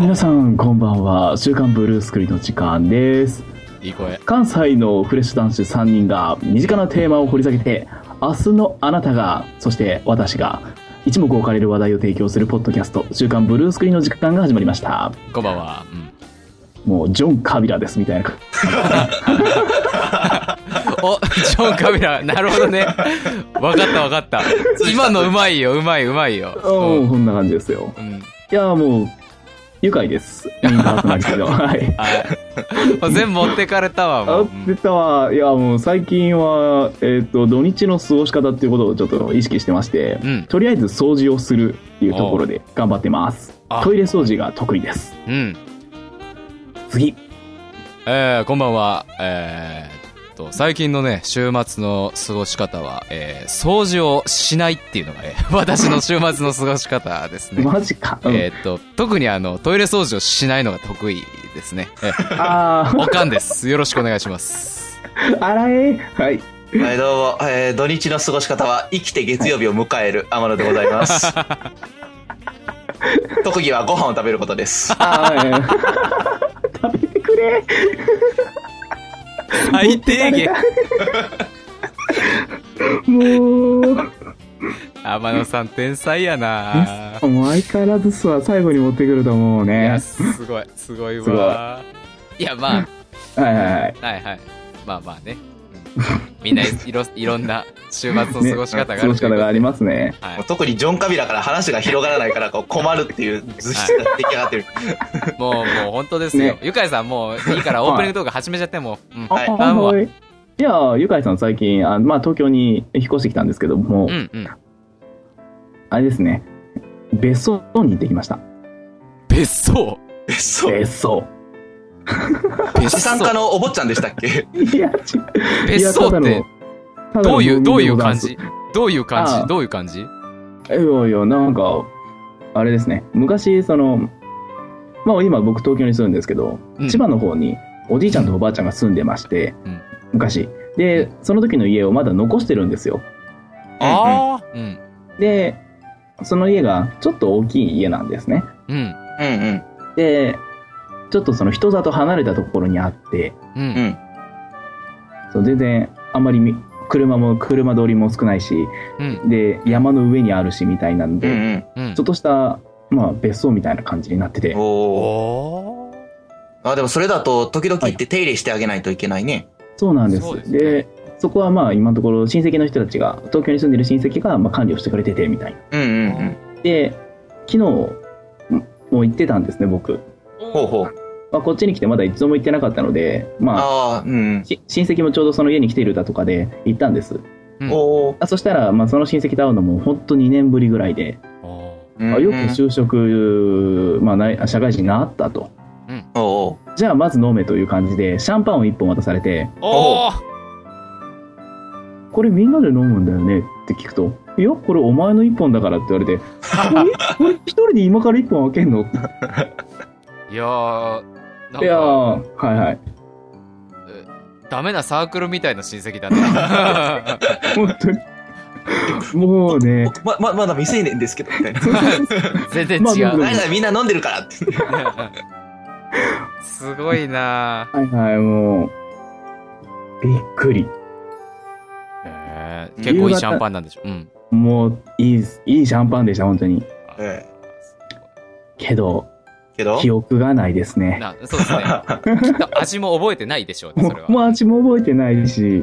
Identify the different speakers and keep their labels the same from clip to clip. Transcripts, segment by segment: Speaker 1: 皆さんこんばんは週刊ブルースクリーンの時間です
Speaker 2: いい声。
Speaker 1: 関西のフレッシュ男子3人が身近なテーマを掘り下げて明日のあなたがそして私が一目置かれる話題を提供するポッドキャスト週刊ブルースクリーンの時間が始まりました
Speaker 2: こんばんは。うん。
Speaker 1: もうジョン・カビラですみたいな
Speaker 2: お、ジョン・カビラ、なるほどね。わかったわかった。今のうまいよ、うまいうまいよ。
Speaker 1: うんこんな感じですよ
Speaker 2: うん。
Speaker 1: いやもう愉快ですメインパーソナリテ ィのはい
Speaker 2: はい。もう全部持ってかれたわ、も
Speaker 1: あ
Speaker 2: う。
Speaker 1: 出たわいやもう最近は、えっと土日の過ごし方っていうことをちょっと意識してまして、
Speaker 2: うん
Speaker 1: とりあえず掃除をするっていうところで頑張ってます
Speaker 2: あ
Speaker 1: トイレ掃除が得意です
Speaker 2: うん。うん。
Speaker 1: 次
Speaker 2: えー、こんばんは。えーっと、最近のね、週末の過ごし方は、えー、掃除をしないっていうのがね、 私の週末の過ごし方ですね。
Speaker 1: マジか、うん
Speaker 2: えーっと、特にあの、トイレ掃除をしないのが得意ですね。えー
Speaker 1: あ
Speaker 2: おかんです。よろしくお願いします。
Speaker 1: ー 洗えはい
Speaker 3: はい、どうも、えー土日の過ごし方は生きて月曜日を迎える天野でござい ます。特技はご飯を食べることです。
Speaker 1: あー 食べてくれ
Speaker 2: 最低限。
Speaker 1: もう
Speaker 2: 天野さん天才やな
Speaker 1: もう相変わらずさ最後に持ってくると思う
Speaker 2: い
Speaker 1: ね
Speaker 2: やすごいすごいわいやまあ
Speaker 1: はいはいはい
Speaker 2: はいはいまあまあねうんみんないろいろんな週末の過ごし方がある
Speaker 1: 過ごし方がありますね
Speaker 2: は
Speaker 3: もう
Speaker 2: い
Speaker 3: 特にジョン・カビラから話が広がらないからこう困るっていう図式が出来上がってる。
Speaker 2: もうもう本当ですよ
Speaker 1: ね
Speaker 2: ゆかいさんもういいから
Speaker 1: はい
Speaker 2: オープニングトーク始めちゃってもううん
Speaker 3: はい
Speaker 1: あ
Speaker 2: 頼むわ
Speaker 1: はい。いや、ゆかいさん最近、あまあ東京に引っ越してきたんですけども、
Speaker 2: うんうん
Speaker 1: あれですね、別荘に行ってきました。
Speaker 2: 別荘
Speaker 3: そう。
Speaker 1: 別荘。
Speaker 2: 別
Speaker 3: 資産家
Speaker 2: 荘
Speaker 3: のお坊ちゃんでしたっけ
Speaker 1: いや、違う。いや
Speaker 2: 別荘って、
Speaker 1: ただの
Speaker 2: どうい
Speaker 1: ただの
Speaker 2: うどういう感
Speaker 1: 農
Speaker 2: じどういう感
Speaker 1: あ
Speaker 2: じ
Speaker 1: あ
Speaker 2: どういう感じ
Speaker 1: 民でございますいやいや、なんか、あれですね、昔、その、まあ今僕東京に住んでるんですけど、
Speaker 2: うん
Speaker 1: 千葉の方におじいちゃんとおばあちゃんが住んでまして、
Speaker 2: うん
Speaker 1: 昔。で、その時の家をまだ残してるんですよ。
Speaker 2: ああうん
Speaker 1: で、その家がちょっと大きい家なんですね。
Speaker 2: うん
Speaker 3: うんうん。
Speaker 1: で、ちょっとその人里離れたところにあって、
Speaker 2: う
Speaker 3: うんん。
Speaker 1: そう全然あんまりみ車も車通りも少ないし、
Speaker 2: うん
Speaker 1: で、山の上にあるしみたいなん
Speaker 3: う
Speaker 1: で、
Speaker 3: ん
Speaker 2: うん
Speaker 1: ちょっとした、まあ、別荘みたいな感じになって
Speaker 3: う
Speaker 1: て
Speaker 3: ん。、おお。
Speaker 2: おー
Speaker 3: あ、でもそれだと時々行って手入れしてあげないといけないね。
Speaker 1: そうなんです。
Speaker 2: そうですね
Speaker 1: で、そこはまあ今のところ親戚の人たちが、東京に住んでる親戚がまあ管理をしてくれててみたいな。
Speaker 3: うんうんうん。
Speaker 1: で、昨日もう行ってたんですね、僕。
Speaker 3: ほうほう。
Speaker 1: まあ、こっちに来てまだ一度も行ってなかったので、まあ、
Speaker 3: ああ、うん。
Speaker 1: し親戚もちょうどその家に来ているだとかで行ったんです。
Speaker 2: うん
Speaker 3: おお。
Speaker 1: あそしたら、まあ、その親戚と会うのも本当2年ぶりぐらいで、
Speaker 2: お
Speaker 3: うん
Speaker 1: あよく
Speaker 3: うん
Speaker 1: 就職、まあ、ない社会人になったと
Speaker 3: おう
Speaker 1: じゃあまず飲めという感じでシャンパンを1本渡されて
Speaker 2: ーおー
Speaker 1: これみんなで飲むんだよねって聞くといやこれお前の1本だからって言われてえこれ一人で今から1本 開けんのい
Speaker 2: いやー、なん
Speaker 1: やー
Speaker 2: か、
Speaker 1: はいはい
Speaker 2: ダメなサークルみたいな親戚 だな。
Speaker 1: 本当にもうね
Speaker 3: おま、ま、まだ未成年ですけど、みたいな。
Speaker 2: 全然違
Speaker 1: まあ
Speaker 2: う。
Speaker 1: ま
Speaker 3: あれだ、みんな飲んでるからって。
Speaker 2: すごいな
Speaker 1: はいはいもうびっくり
Speaker 2: えー結構いいシャンパンなんでしょ。うん。
Speaker 1: もういいいいシャンパンでした本当に
Speaker 3: え
Speaker 1: けど
Speaker 3: けど
Speaker 1: 記憶がないですね
Speaker 2: なそ うですね。きっと味も覚えてないでしょうね、
Speaker 1: も
Speaker 2: それ
Speaker 1: うもう
Speaker 2: は。
Speaker 1: 味も覚えてないし、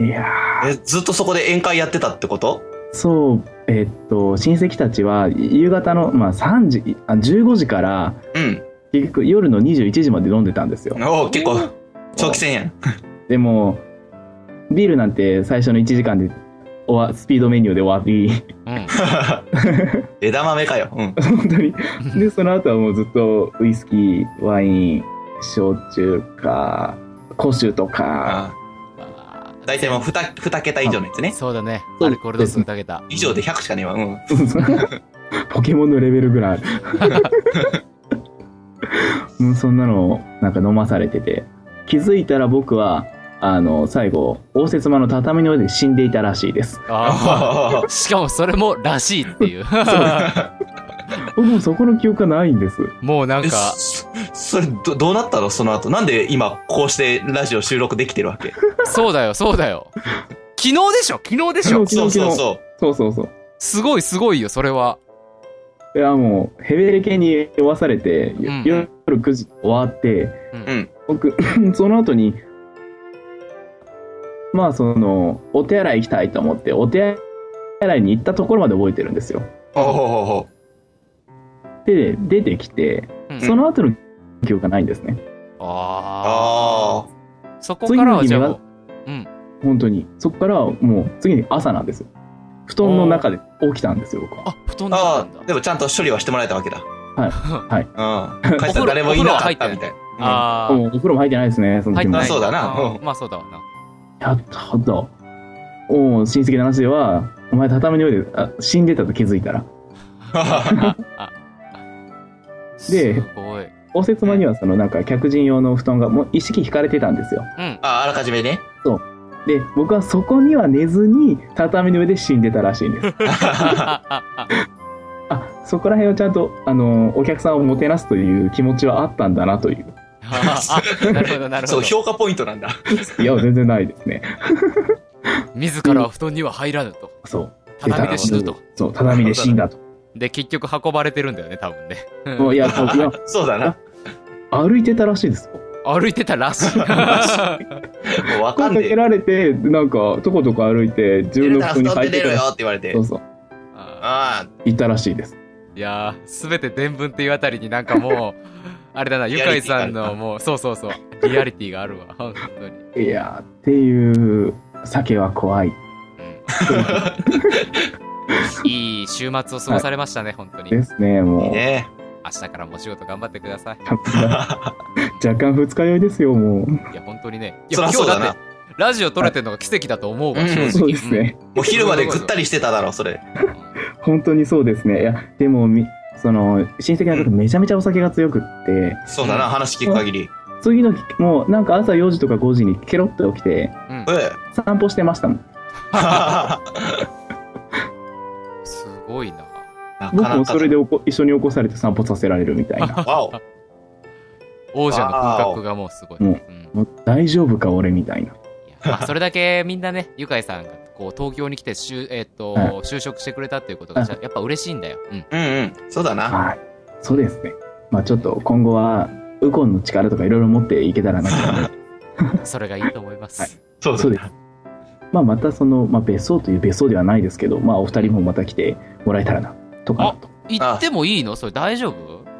Speaker 1: いやー
Speaker 3: え、ずっとそこで宴会やってたってこと
Speaker 1: そう、えっと、親戚たちは夕方の、まあ、3時、あ15時から、
Speaker 3: うん。
Speaker 1: 結局夜の21時まで飲んでたんですよ。
Speaker 3: おお、結構、長期戦やん。
Speaker 1: でも、ビールなんて最初の1時間で、おわスピードメニューで終わり、
Speaker 2: うん。
Speaker 3: 枝豆かよ。うん。
Speaker 1: 本当に。で、その後はもうずっとウイスキー、ワイン、焼酎か、古酒とか、
Speaker 3: あー大体もう二二桁以上のやつね。
Speaker 2: そうだね。
Speaker 1: そう
Speaker 2: アルコール度数かけた。
Speaker 3: 以上で100しかねえわ。うん。
Speaker 1: ポケモンのレベルぐ らいある。うんそんなのをなんか飲まされてて気づいたら僕はあの最後応接間の畳の上で死んでいたらしいです
Speaker 2: あーしかもそれもらしいっていう。ら
Speaker 1: もうそこの記憶がないんです。
Speaker 2: もうなん
Speaker 3: え
Speaker 2: か、
Speaker 3: そそれど、どうなったのその後。なんで今、こうしてラジオ収録できてるわけ
Speaker 2: そうだよ、そうだよ。昨日でしょ昨日でし
Speaker 1: 昨
Speaker 2: ょ
Speaker 1: 日
Speaker 3: そう
Speaker 1: 昨日
Speaker 3: そう
Speaker 1: 昨日。
Speaker 3: そ
Speaker 1: そうそうそう。
Speaker 2: すごいすごいよ、それは。
Speaker 1: いやもうヘベレケに酔わされて、よ
Speaker 2: うん
Speaker 1: 夜9時終わって、
Speaker 2: うん
Speaker 3: うん
Speaker 1: 僕 その後にまあそのお手洗い行きたいと思ってお手洗いに行ったところまで覚えてるんですよ
Speaker 3: う。ほうほうほうほ
Speaker 1: で出てきて
Speaker 2: うん
Speaker 1: その後の記憶がないんですね、
Speaker 3: う。
Speaker 2: あ
Speaker 3: あ
Speaker 2: あ。そこからはじゃあもう、
Speaker 1: 本当にそこからもう次に朝なんですよ布団の中で起きたんですよ僕は
Speaker 2: あ、布団
Speaker 3: あ。
Speaker 2: だったん
Speaker 3: ああ、
Speaker 2: だ。
Speaker 3: でもちゃんと処理はしてもらえたわけだ。
Speaker 1: はい
Speaker 3: うん。会社誰もいなかったみたい。な
Speaker 2: ああ
Speaker 1: もうお風呂も入ってないですねその
Speaker 2: 入
Speaker 1: 時
Speaker 2: って
Speaker 1: も
Speaker 2: ない。
Speaker 3: そうだな
Speaker 2: あー
Speaker 3: うん
Speaker 2: まあそうだわな。
Speaker 1: やったとおう親戚の話ではお前畳の上であ死んでたと気づいたら
Speaker 2: ああ
Speaker 1: です
Speaker 2: ごい。
Speaker 1: 応接間にはそのなんか客人用の布団がもう一式引かれてたんですよ
Speaker 2: うん。
Speaker 3: あ、あらかじめね。
Speaker 1: で僕はそこには寝ずに畳の上で死んでたらしいんです
Speaker 2: あああ
Speaker 1: あそこら辺はちゃんとあのお客さんをもてなすという気持ちはあったんだなという
Speaker 2: ああなるほど、なる
Speaker 3: そ
Speaker 2: ほ
Speaker 3: う、
Speaker 2: ど。
Speaker 3: 評価ポイントなんだ。
Speaker 1: いや全然ないですね
Speaker 2: 自らは布団には入らぬと。
Speaker 1: そう
Speaker 2: 畳で死ぬと。
Speaker 1: そう畳で死んだと
Speaker 2: で、結局運ばれてるんだよね、多分ね。
Speaker 1: もういや僕は
Speaker 3: そうだな。
Speaker 1: 歩いてたらしいです
Speaker 2: 歩いてたらしい。
Speaker 3: も うわか
Speaker 1: 声か
Speaker 3: んねえ
Speaker 1: け。られてなんかとことこ歩いて自
Speaker 3: 出
Speaker 1: 分
Speaker 3: る
Speaker 1: の
Speaker 3: な
Speaker 1: 布団
Speaker 3: ら布
Speaker 1: に
Speaker 3: 団
Speaker 1: 入
Speaker 3: で
Speaker 1: って
Speaker 3: 出ろ
Speaker 1: た
Speaker 3: よ
Speaker 1: ら
Speaker 3: って言われて
Speaker 1: そ。うそう
Speaker 2: あ
Speaker 3: あ
Speaker 1: 行ったらしいです
Speaker 2: ーいやー、すべて伝聞っていうあたりになんかもう、あれだな、ゆかいさんのもう、そうそうそう、リアリティがあるわ、本当に。
Speaker 1: いやーっていう酒は怖い
Speaker 2: うんいい週末を過ごされましたね、本当に。
Speaker 1: で
Speaker 2: 明
Speaker 1: すね
Speaker 3: あ。いい
Speaker 1: もう
Speaker 3: ね。
Speaker 2: 日からもお仕事頑張ってください。
Speaker 1: 若干二日酔いですよもう
Speaker 2: いや、本当にね。い
Speaker 3: そ
Speaker 2: や、
Speaker 3: ら
Speaker 2: 今
Speaker 3: そう
Speaker 2: 日
Speaker 3: だ
Speaker 2: だっ
Speaker 3: な
Speaker 2: て、。ラジオ撮れてるのが奇跡だと思うわ、
Speaker 3: うん
Speaker 2: 正直
Speaker 1: そうですね。
Speaker 3: もう昼までぐったりしてただろ、それ。
Speaker 2: うん
Speaker 1: 本当にそうですねいやでもみその親戚の方めちゃめちゃお酒が強くって
Speaker 3: そうだな、話聞く限り。
Speaker 1: 次の日もうなんか朝4時とか5時にケロッと起きて
Speaker 2: うん
Speaker 3: え え。
Speaker 1: 散歩してましたもん
Speaker 3: な
Speaker 2: すごいな。
Speaker 3: か
Speaker 1: 僕
Speaker 3: な
Speaker 1: も
Speaker 3: か
Speaker 1: それでおこ一緒に起こされて散歩させられるみたい な
Speaker 3: わお。
Speaker 2: 王者の風格がもうすごい。
Speaker 1: うん
Speaker 2: うん
Speaker 1: もう大丈夫か俺みたいない
Speaker 2: やまあそれだけみんなね、ゆかいさんがこう東京に来て就,、えっと
Speaker 1: はい
Speaker 2: 就職してくれたっていうことがじゃやっぱ嬉しいんだよ。うん、
Speaker 3: うんうん。そうだな。
Speaker 1: はいそうですねまあちょっと今後はウコンの力とかいろいろ持っていけたらな と
Speaker 2: それがいいと思います。
Speaker 1: はい
Speaker 3: そう
Speaker 1: そうですまあまたその、まあ、別荘という別荘ではないですけどまあお二人もまた来てもらえたらなとかなと
Speaker 2: 行ってもいいのそれ大丈夫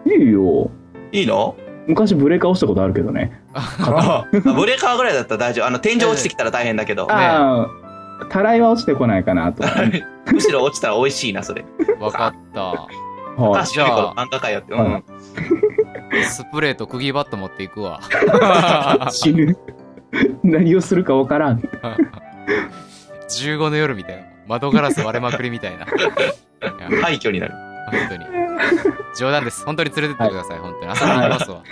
Speaker 1: いいよ
Speaker 3: いいの
Speaker 1: 昔ブレーカー落ちたことあるけどね
Speaker 3: あ ブレーカーぐらいだったら大丈夫。あの、天井落ちてきたら大変だけど。
Speaker 1: ああ、たらいは落ちてこないか なと。はい。
Speaker 3: むしろ落ちたら美味しいな、それ。
Speaker 2: わかった。
Speaker 3: あ、
Speaker 2: じゃあ
Speaker 3: あ、漫画かよって。う
Speaker 1: は
Speaker 3: ん。
Speaker 2: スプレーと釘バット持ってい くわ。
Speaker 1: 死ぬ。 何をするかわからん。
Speaker 2: 15の夜みたいな。窓ガラス割れまくりみたいな。いや
Speaker 3: 廃墟になる。
Speaker 2: 本当に。冗談です。本当に連れてってください。本当に。朝に行きますわ。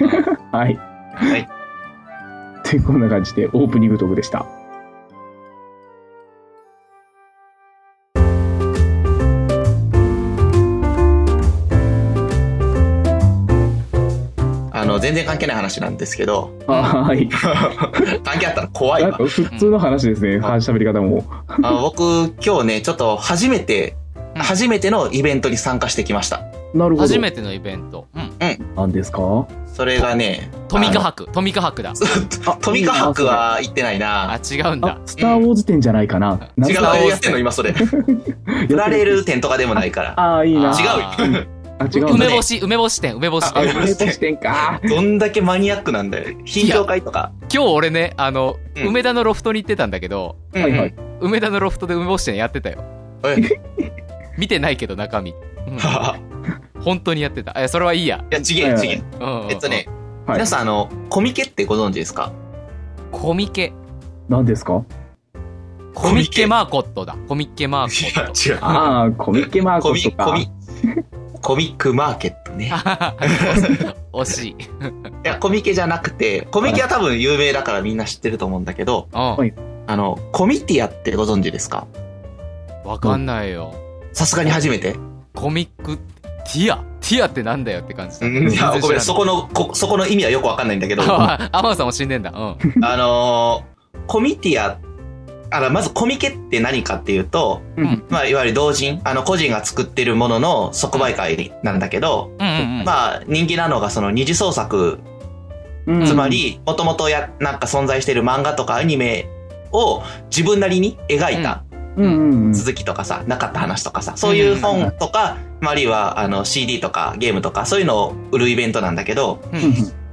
Speaker 1: はい。
Speaker 3: はい。
Speaker 1: で、こんな感じでオープニングトークでした。
Speaker 3: あの、全然関係ない話なんですけど、
Speaker 1: はい。
Speaker 3: 関係あったら怖い
Speaker 1: なん
Speaker 3: わ
Speaker 1: か。普通の話ですね。話喋り方も。
Speaker 3: あの僕、今日ね、ちょっと初めて、
Speaker 2: うん
Speaker 3: 初めてのイベントに参加してきました。
Speaker 1: なるほど。
Speaker 2: 初めてのイベント。うん。
Speaker 1: なんですか
Speaker 3: それがね、
Speaker 2: トミカ博。トミカ博だ。
Speaker 3: トミカ博は行ってない
Speaker 2: あ、
Speaker 3: な。
Speaker 2: 違うんだ
Speaker 1: あ。、スターウォーズ展じゃないかな。
Speaker 3: 違う、
Speaker 1: なんか
Speaker 3: やってんの 今それ。売られる店とかでもないから。
Speaker 1: ああ、いいな。
Speaker 2: あ
Speaker 3: 違うよ。
Speaker 1: あ、違うんだ
Speaker 2: 梅。干し、梅干し店、梅干し
Speaker 1: あ、
Speaker 2: 店。
Speaker 1: 梅干し店か。
Speaker 3: どんだけマニアックなんだよ。品評会とか。
Speaker 2: 今日俺ね、あの、
Speaker 3: うん
Speaker 2: 梅田のロフトに行ってたんだけど、
Speaker 1: やはいはい
Speaker 2: 梅田のロフトで梅干し店やってたよ。
Speaker 3: うんうん。え
Speaker 2: 見てないけど中身。うん
Speaker 3: い
Speaker 2: 本当にやってた。え、それはいいや。
Speaker 3: や、ちげえ、ちげえ。
Speaker 2: うん
Speaker 3: えっとね、、
Speaker 1: はい
Speaker 3: 皆。さん、あの、コミケってご存知ですか
Speaker 2: コミケ。
Speaker 1: 何ですか
Speaker 2: コミケマーコットだ。コミケマーコット。
Speaker 3: いや、違う。
Speaker 1: ああ、コミッケマー
Speaker 3: コ
Speaker 1: ク
Speaker 3: ミ、
Speaker 1: と
Speaker 3: コ
Speaker 1: か。
Speaker 3: ミ、コミックマーケットね。
Speaker 2: 惜しい。
Speaker 3: いや、コミケじゃなくて、コミケは多分有名だからみんな知ってると思うんだけど、
Speaker 2: うん。
Speaker 1: はい
Speaker 3: あの、コミティアってご存知ですか
Speaker 2: わかんないよ。
Speaker 3: さすがに初めて。
Speaker 2: コミック、ティアテティアってなんだよって感じだ。
Speaker 3: いやごめん、そこ
Speaker 2: の。
Speaker 3: の、こそこの意味はよくわかんないんだけど、あ
Speaker 2: ああ、天野さんも死んでんだ。うん。
Speaker 3: のーコミティア、あら、まずコミケって何かっていうと、
Speaker 1: うん
Speaker 3: まあ、いわゆる同人、あの、個人が作ってるものの即売会なんだけど、
Speaker 2: うんうんうん。
Speaker 3: まあ、人気なのがその二次創作、
Speaker 1: うん
Speaker 3: つまり、もともとや、なんか存在してる漫画とかアニメを自分なりに描いた
Speaker 1: うんうんうん
Speaker 3: 続きとかさ、なかった話とかさ、そういう本とか、まああるいは、あの、CD とかゲームとか、そういうのを売るイベントなんだけど、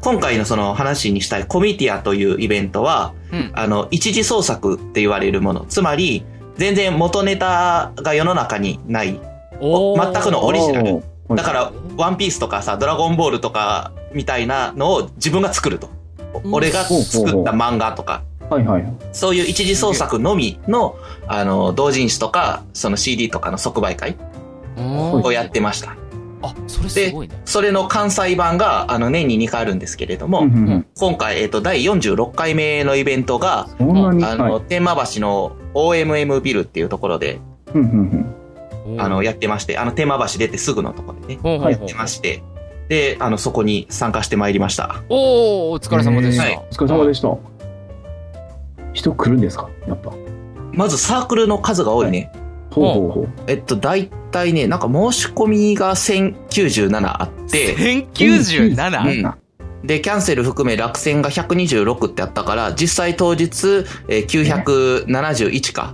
Speaker 3: 今回のその話にしたいコミティアというイベントは、
Speaker 2: うん
Speaker 3: あの、一次創作って言われるもの。つまり、全然元ネタが世の中にない。
Speaker 2: おー
Speaker 3: 全くのオリジナル。
Speaker 1: おー
Speaker 3: だから、ワンピースとかさ、ドラゴンボールとかみたいなのを自分が作ると。
Speaker 2: うん
Speaker 3: 俺が作った漫画とか、
Speaker 1: はいはい
Speaker 3: そういう一次創作のみの、あの、同人誌とか、その CD とかの即売会
Speaker 2: おー
Speaker 3: をやってました。
Speaker 2: あ、それすごいね。
Speaker 3: それの関西版が、あの、年に2回あるんですけれども、
Speaker 1: うんうんうん
Speaker 3: 今回、えっ、と、第46回目のイベントが、
Speaker 1: そんなに
Speaker 3: あの、
Speaker 1: はい
Speaker 3: 天満橋の OMM ビルっていうところで、
Speaker 1: うんうん
Speaker 3: あの、
Speaker 2: や
Speaker 3: やってまして、あの、天満橋出てすぐのところでね、
Speaker 2: ほうほうほう
Speaker 3: やってまして、で、あの、そこに参加してまいりました。
Speaker 2: おー、お疲れ様でした。
Speaker 3: はい
Speaker 1: お疲れ様でした人来るんですかやっぱ
Speaker 3: まずサークルの数が多いね。
Speaker 1: ほうほうほう
Speaker 3: えっと、大体ね、なんか申し込みが1097あっ て、う
Speaker 2: 1097?
Speaker 3: んで、キャンセル含め落選が126ってあったから、実際当日、えー971か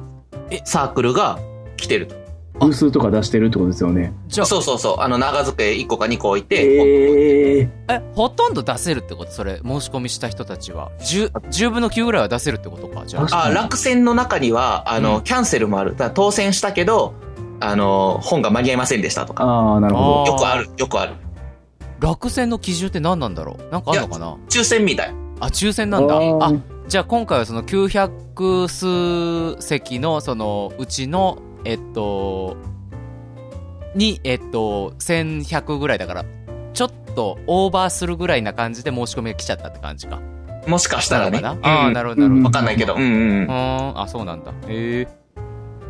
Speaker 2: え、
Speaker 3: サークルが来てると。
Speaker 1: ブースとか出してるってことですよね
Speaker 2: じゃ
Speaker 3: そうそうそう、あの、長机1個か2個置いて、
Speaker 1: ええ
Speaker 2: あ、え、ほとんど出せるってことそれ、申し込みした人たちは。10、10分の9ぐらいは出せるってことかじゃあ。
Speaker 1: 確か
Speaker 3: あ
Speaker 1: に
Speaker 3: 落選の中にはあの、
Speaker 2: うん
Speaker 3: キャンセルもあるだから当選したけどあの本が間に合いませんでしたとか
Speaker 1: ああなるほ
Speaker 2: あー
Speaker 3: よくあるよくある
Speaker 2: 落選の基準って何なんだろうなんかあるのかな
Speaker 3: 抽選みたい
Speaker 2: あ、抽選
Speaker 1: ど
Speaker 2: なんだ。
Speaker 1: あ
Speaker 2: あ
Speaker 1: ー、
Speaker 2: じゃあ今回はその900数席のそのうちの、えっと、に、えっと、1100ぐらいだから、ちょっとオーバーするぐらいな感じで申し込みが来ちゃったって感じか。
Speaker 3: もしかしたらね
Speaker 2: なのかなああ、なるほど、なるほど。
Speaker 3: 分かんないけどうんうんうん
Speaker 2: う
Speaker 3: 行
Speaker 2: ーん、あ、そうなんだ。へえ。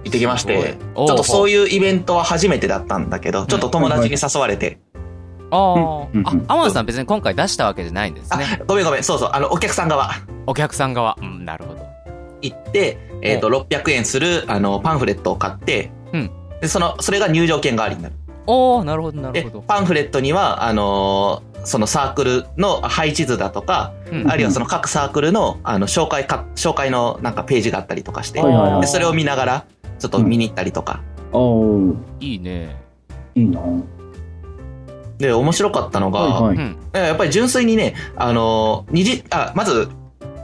Speaker 3: ってきましてち
Speaker 2: すご
Speaker 3: ょ
Speaker 2: い
Speaker 3: っとそういうイベントは初めてだったんだけどちょっと友達に誘われて、
Speaker 2: あ
Speaker 1: うんうん
Speaker 2: ーあ、天野さん別に今回出したわけじゃないんですね。
Speaker 3: あごめんごめんそうそうあのお客さん側
Speaker 2: お客さん側。うん、なるほど。
Speaker 3: 行って、えー、と600円するあのパンフレットを買って、
Speaker 2: うん
Speaker 3: でそのそれが入場券代わりになる
Speaker 2: おおなるほど、なる
Speaker 3: で
Speaker 2: ほど。
Speaker 3: パンフレットにはあのーそのサークルの配置図だとか
Speaker 2: うん
Speaker 3: あるいはその各サークルのあの紹介か、紹介のなんかページがあったりとかして、
Speaker 1: はいはいはい
Speaker 3: でそれを見ながら、ちょっと見に行ったりとか。
Speaker 1: おー
Speaker 2: いいね。
Speaker 1: いいなは
Speaker 3: で、面白かったのが、
Speaker 1: いは
Speaker 2: う
Speaker 1: い
Speaker 2: ん。
Speaker 3: やっぱり純粋にね、あの、二次、あ、まず、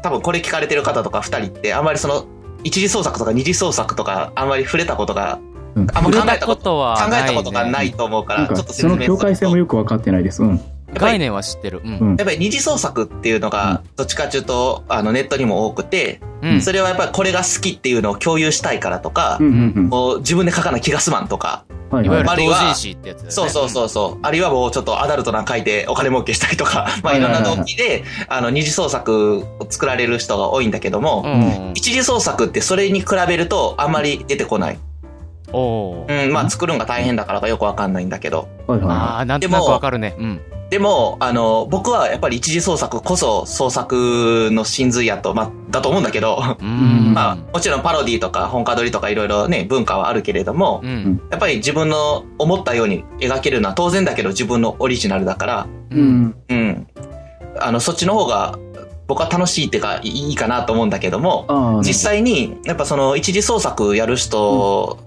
Speaker 3: 多分これ聞かれてる方とか二人って、あんまりその、一次創作とか二次創作とか、あんまり触れたことが、
Speaker 1: うん
Speaker 3: あんま考
Speaker 2: 触れ
Speaker 3: えた
Speaker 2: た
Speaker 3: こ、
Speaker 2: こととは
Speaker 3: 考
Speaker 2: ないね
Speaker 3: えたことがないと思うか
Speaker 1: な
Speaker 3: ら、
Speaker 1: ん
Speaker 3: ちょ
Speaker 1: か
Speaker 3: っと説
Speaker 1: そ
Speaker 3: 明
Speaker 1: の
Speaker 3: する
Speaker 1: 境
Speaker 3: と
Speaker 1: 界線もよく分かってないですうん
Speaker 2: 概念は知ってる。うん。
Speaker 1: うん
Speaker 3: やっぱり二次創作っていうのが、どっちかというと、あの、ネットにも多くて、
Speaker 2: うん
Speaker 3: それはやっぱりこれが好きっていうのを共有したいからとか
Speaker 1: う、んうん
Speaker 3: こう自分で書かな気が済まんとか、
Speaker 1: うんはい
Speaker 2: い
Speaker 1: はい
Speaker 2: わゆる
Speaker 3: あるい
Speaker 2: 同
Speaker 3: は
Speaker 2: 人誌ってやつだよね。
Speaker 3: そうそうそうそう、あるいはもうちょっとアダルトな書いてお金儲けしたりとか、まあいろんな動機で、あの、二次創作を作られる人が多いんだけども、
Speaker 2: うん。うん。
Speaker 3: 一次創作ってそれに比べるとあんまり出てこない。
Speaker 2: おおー。
Speaker 3: うん、まあ作るんが大変だからかよくわかんないんだけど。
Speaker 1: はいは
Speaker 2: ああ、なんとなくわかるね。うん。
Speaker 3: でも、あの、僕はやっぱり一次創作こそ創作の真髄やと、まあ、だと思うんだけど、
Speaker 2: う
Speaker 1: うん
Speaker 2: ん。
Speaker 3: まあ、もちろんパロディとか本家撮りとかいろいろね、文化はあるけれども、
Speaker 2: う
Speaker 1: うん
Speaker 2: ん。
Speaker 3: やっぱり自分の思ったように描けるのは当然だけど自分のオリジナルだから、
Speaker 1: いうん
Speaker 3: うん。あの、そっちの方が、僕は楽しいっていうか、いいかなと思うんだけども、
Speaker 1: ああ
Speaker 3: 実際に、やっぱその、一次創作やる人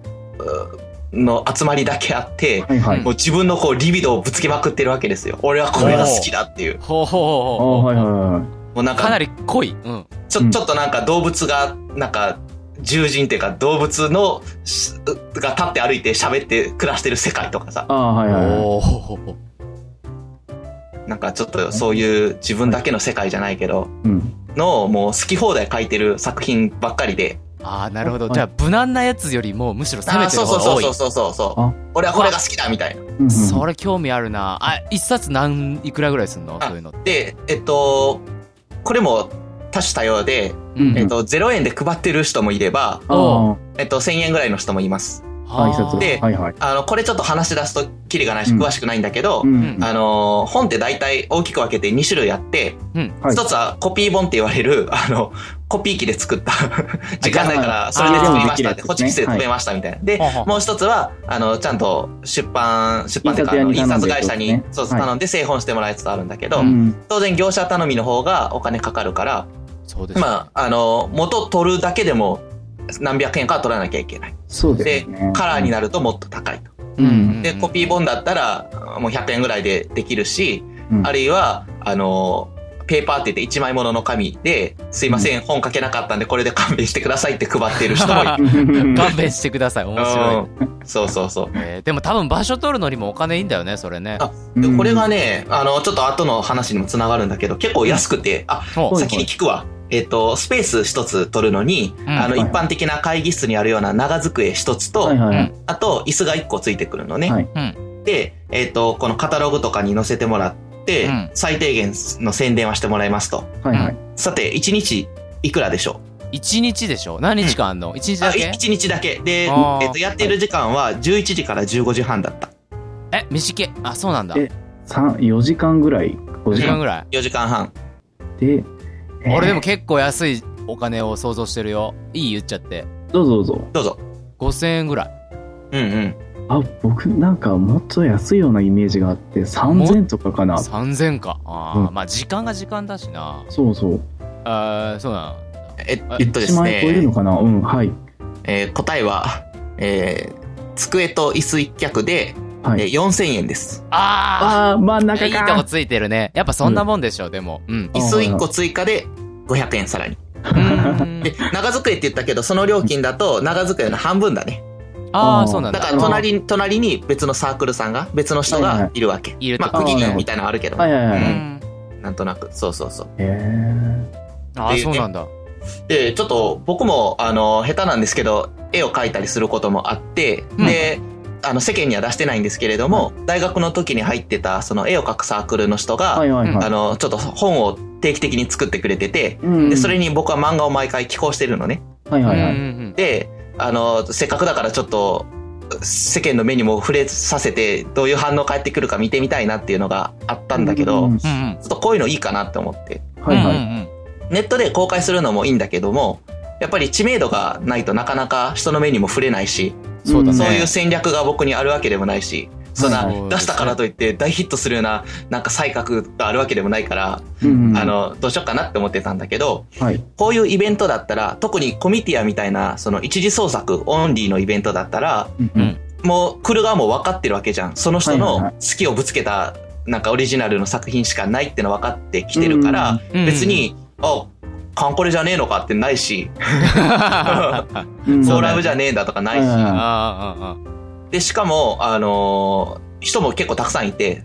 Speaker 3: の集まりだけあって、
Speaker 1: はいはい
Speaker 3: もう自分のこう、リビドをぶつけまくってるわけですよ。俺はこれが好きだっていう。
Speaker 2: ほうほう
Speaker 1: ああ
Speaker 2: ほう
Speaker 1: はいはい
Speaker 2: ほう。
Speaker 1: は
Speaker 3: もうなん
Speaker 2: かな
Speaker 3: か、
Speaker 2: り濃い。うん。
Speaker 3: ちょ、ちょっとなんか動物が、なんか、獣人っていうか動物のし、が立って歩いて喋って暮らしてる世界とかさ
Speaker 1: い、ああはいはいはい
Speaker 2: おー
Speaker 3: なんかちょっとそういう自分だけの世界じゃないけど、
Speaker 1: うん
Speaker 3: のもう好き放題書いてる作品ばっかりで、
Speaker 2: ああ、なるほど。
Speaker 1: はい
Speaker 2: じゃあ、無難なやつよりも、むしろ攻めてる方が多い
Speaker 3: あーそう。そうそうそうそうそ
Speaker 1: あ
Speaker 3: う。俺はこれが好きだみたいな。
Speaker 1: うんうん
Speaker 2: それ興味あるな。あ、一冊何、いくらぐらいすんの
Speaker 3: あ
Speaker 2: そういうのって。
Speaker 3: で、えっと、これも多種多様で、
Speaker 1: うん
Speaker 3: えっと、0円で配ってる人もいれば、
Speaker 1: ああ
Speaker 3: えっと、1000円ぐらいの人もいます。
Speaker 1: 挨拶
Speaker 3: で
Speaker 1: が。はいはい。
Speaker 3: あの、これちょっと話し出すとキリがないし、
Speaker 1: うん
Speaker 3: 詳しくないんだけど、
Speaker 1: うん
Speaker 3: あのー本って大体大きく分けて2種類あって、
Speaker 2: うん
Speaker 1: はい
Speaker 3: 一つはコピー本って言われる、 あの、コピー機で作った時間ないか
Speaker 1: あ
Speaker 3: ら、それで作りましたって、
Speaker 1: あー
Speaker 3: ホチキスで作りましたみたいな。で
Speaker 2: はあはあ、
Speaker 3: もう一つは、あの、ちゃんと出版、出版っていうか、あの
Speaker 1: 印
Speaker 3: 印
Speaker 1: 刷
Speaker 3: 刷
Speaker 1: 屋に
Speaker 3: 会社
Speaker 1: 頼ん
Speaker 3: に
Speaker 1: でるやつね
Speaker 3: そう
Speaker 1: はい
Speaker 3: 頼んで製本してもらうやつがあるんだけど
Speaker 1: う、ん
Speaker 3: 当然業者頼みの方がお金かかるから、
Speaker 2: そうですね。
Speaker 3: まあ、あの、元取るだけでも何百円かは取らなきゃいけない。
Speaker 1: そうで
Speaker 3: です
Speaker 1: ね。
Speaker 3: カラーになるともっと高いと。
Speaker 1: うんうん
Speaker 3: で、コピー本だったら、もう100円ぐらいでできるし、
Speaker 1: うん
Speaker 3: あるいは、あの、ペーパーって言って1枚ものの紙で、すいません、本書けなかったんで、これで勘弁してくださいって配ってる人 もいる。
Speaker 2: 勘弁してください。面白い。
Speaker 3: うんそうそうそう。
Speaker 2: えーでも多分場所取るのにもお金いいんだよね、それね。
Speaker 3: あでこれがね、あの、ちょっと後の話にもつながるんだけど、結構安くて、あ、
Speaker 2: ほう
Speaker 1: はい
Speaker 3: 先に聞くわ。えっと、スペース一つ取るのに、
Speaker 2: ん
Speaker 3: あの、
Speaker 1: はい
Speaker 3: 一般的な会議室にあるような長机一つと
Speaker 1: はい、はいは
Speaker 2: う
Speaker 1: い
Speaker 2: ん。
Speaker 3: あと、椅子が一個ついてくるのね。
Speaker 1: はい
Speaker 3: で、えっ、と、このカタログとかに載せてもらって、
Speaker 2: うん
Speaker 3: 最低限の宣伝はしてもらいますと。
Speaker 1: はいはい。
Speaker 3: さて、1日いくらでしょ
Speaker 2: 一日でしょ何日間あんの一日
Speaker 3: うあ
Speaker 2: だけ
Speaker 3: ?1 日だけ。で、えっ、
Speaker 2: あー
Speaker 3: と、やってる時間は11時から15時半だった。
Speaker 2: え、短い。あ、そうなんだ。
Speaker 1: え三4時間ぐらい、5
Speaker 2: 5
Speaker 1: 時
Speaker 2: 時間
Speaker 1: 間
Speaker 2: ぐらい。
Speaker 3: 4時間半。
Speaker 1: で、えー
Speaker 2: 俺でも結構安いお金を想像してるよ。いい言っちゃって。
Speaker 1: どうぞどうぞ。
Speaker 3: どうぞ。
Speaker 2: 5000円ぐらい。
Speaker 3: うんうん。
Speaker 1: あ、僕なんかもっと安いようなイメージがあって、3000とかかな。
Speaker 2: 3000か。あー
Speaker 1: う
Speaker 2: まあ時間が時間だしな。
Speaker 1: そうそう。
Speaker 2: あーそうなの。
Speaker 3: えっ
Speaker 2: あ
Speaker 3: えっとで
Speaker 1: 1
Speaker 3: す
Speaker 1: 万円超えるの
Speaker 3: ね、
Speaker 1: かなうん、はい。
Speaker 3: えー答えは、えー机と椅子1脚で、
Speaker 1: は
Speaker 3: え
Speaker 1: い。
Speaker 3: ー4000円です。
Speaker 2: あ
Speaker 1: ああ、真ん
Speaker 2: あい
Speaker 1: 中
Speaker 2: いとこ
Speaker 1: か。
Speaker 2: ついてるね。やっぱそんなもんでしょ、でも。うん。
Speaker 3: 椅子1個追加で500円さらに。
Speaker 2: うん
Speaker 3: で、長机って言ったけど、その料金だと長机の半分だね。
Speaker 2: ああ、そうなん
Speaker 3: だ
Speaker 2: だ。
Speaker 3: から隣に隣に別のサークルさんが別の人がいるわけ、
Speaker 2: いると
Speaker 3: まあ区切りみたいなのあるけど、
Speaker 1: はいはいは
Speaker 2: う
Speaker 1: い。
Speaker 2: ん
Speaker 3: なんとなくそうそうそう
Speaker 1: へえ。
Speaker 2: ああ、そうなんだ。
Speaker 3: でちょっと僕もあの下手なんですけど絵を描いたりすることもあって、
Speaker 2: うん
Speaker 3: であの世間には出してないんですけれども、大学の時に入ってたその絵を描くサークルの人が、
Speaker 1: はいはいは
Speaker 3: あ
Speaker 1: い。
Speaker 3: のちょっと本を定期的に作ってくれてて、
Speaker 1: うん
Speaker 3: でそれに僕は漫画を毎回寄稿してるのね
Speaker 1: はいはいは
Speaker 2: うん
Speaker 1: い。
Speaker 2: うんうん
Speaker 3: であのせっかくだからちょっと世間の目にも触れさせてどういう反応返ってくるか見てみたいなっていうのがあったんだけど、
Speaker 1: うん
Speaker 2: うんうん
Speaker 3: ちょっとこういうのいいかなって思って
Speaker 1: はいは
Speaker 2: う
Speaker 1: い。
Speaker 2: んうん
Speaker 3: ネットで公開するのもいいんだけどもやっぱり知名度がないとなかなか人の目にも触れないし、
Speaker 2: そうだね
Speaker 3: そういう戦略が僕にあるわけでもないしそんな
Speaker 2: はい
Speaker 3: 出したからといって大ヒットするようななんか才覚があるわけでもないから、
Speaker 1: うんうん
Speaker 3: あ、のどうしようかなって思ってたんだけど
Speaker 1: はい。
Speaker 3: こういうイベントだったら特にコミティアみたいなその一次創作オンリーのイベントだったら
Speaker 1: うん
Speaker 2: う
Speaker 1: うんん
Speaker 3: もう来る側も分かってるわけじゃんその人
Speaker 1: はい
Speaker 3: の
Speaker 1: はい
Speaker 3: 好きをぶつけたなんかオリジナルの作品しかないっての分かってきてるから、
Speaker 2: うん
Speaker 3: 別に、あ、カンコレじゃねえのかってないし、
Speaker 1: うん。
Speaker 3: フォ
Speaker 1: そ
Speaker 3: ー
Speaker 1: うだ
Speaker 3: ライブ
Speaker 1: ね
Speaker 3: じゃねえんだとかないし。
Speaker 1: は
Speaker 2: あーあーあー
Speaker 3: で、しかも、あのー人も結構たくさんいて、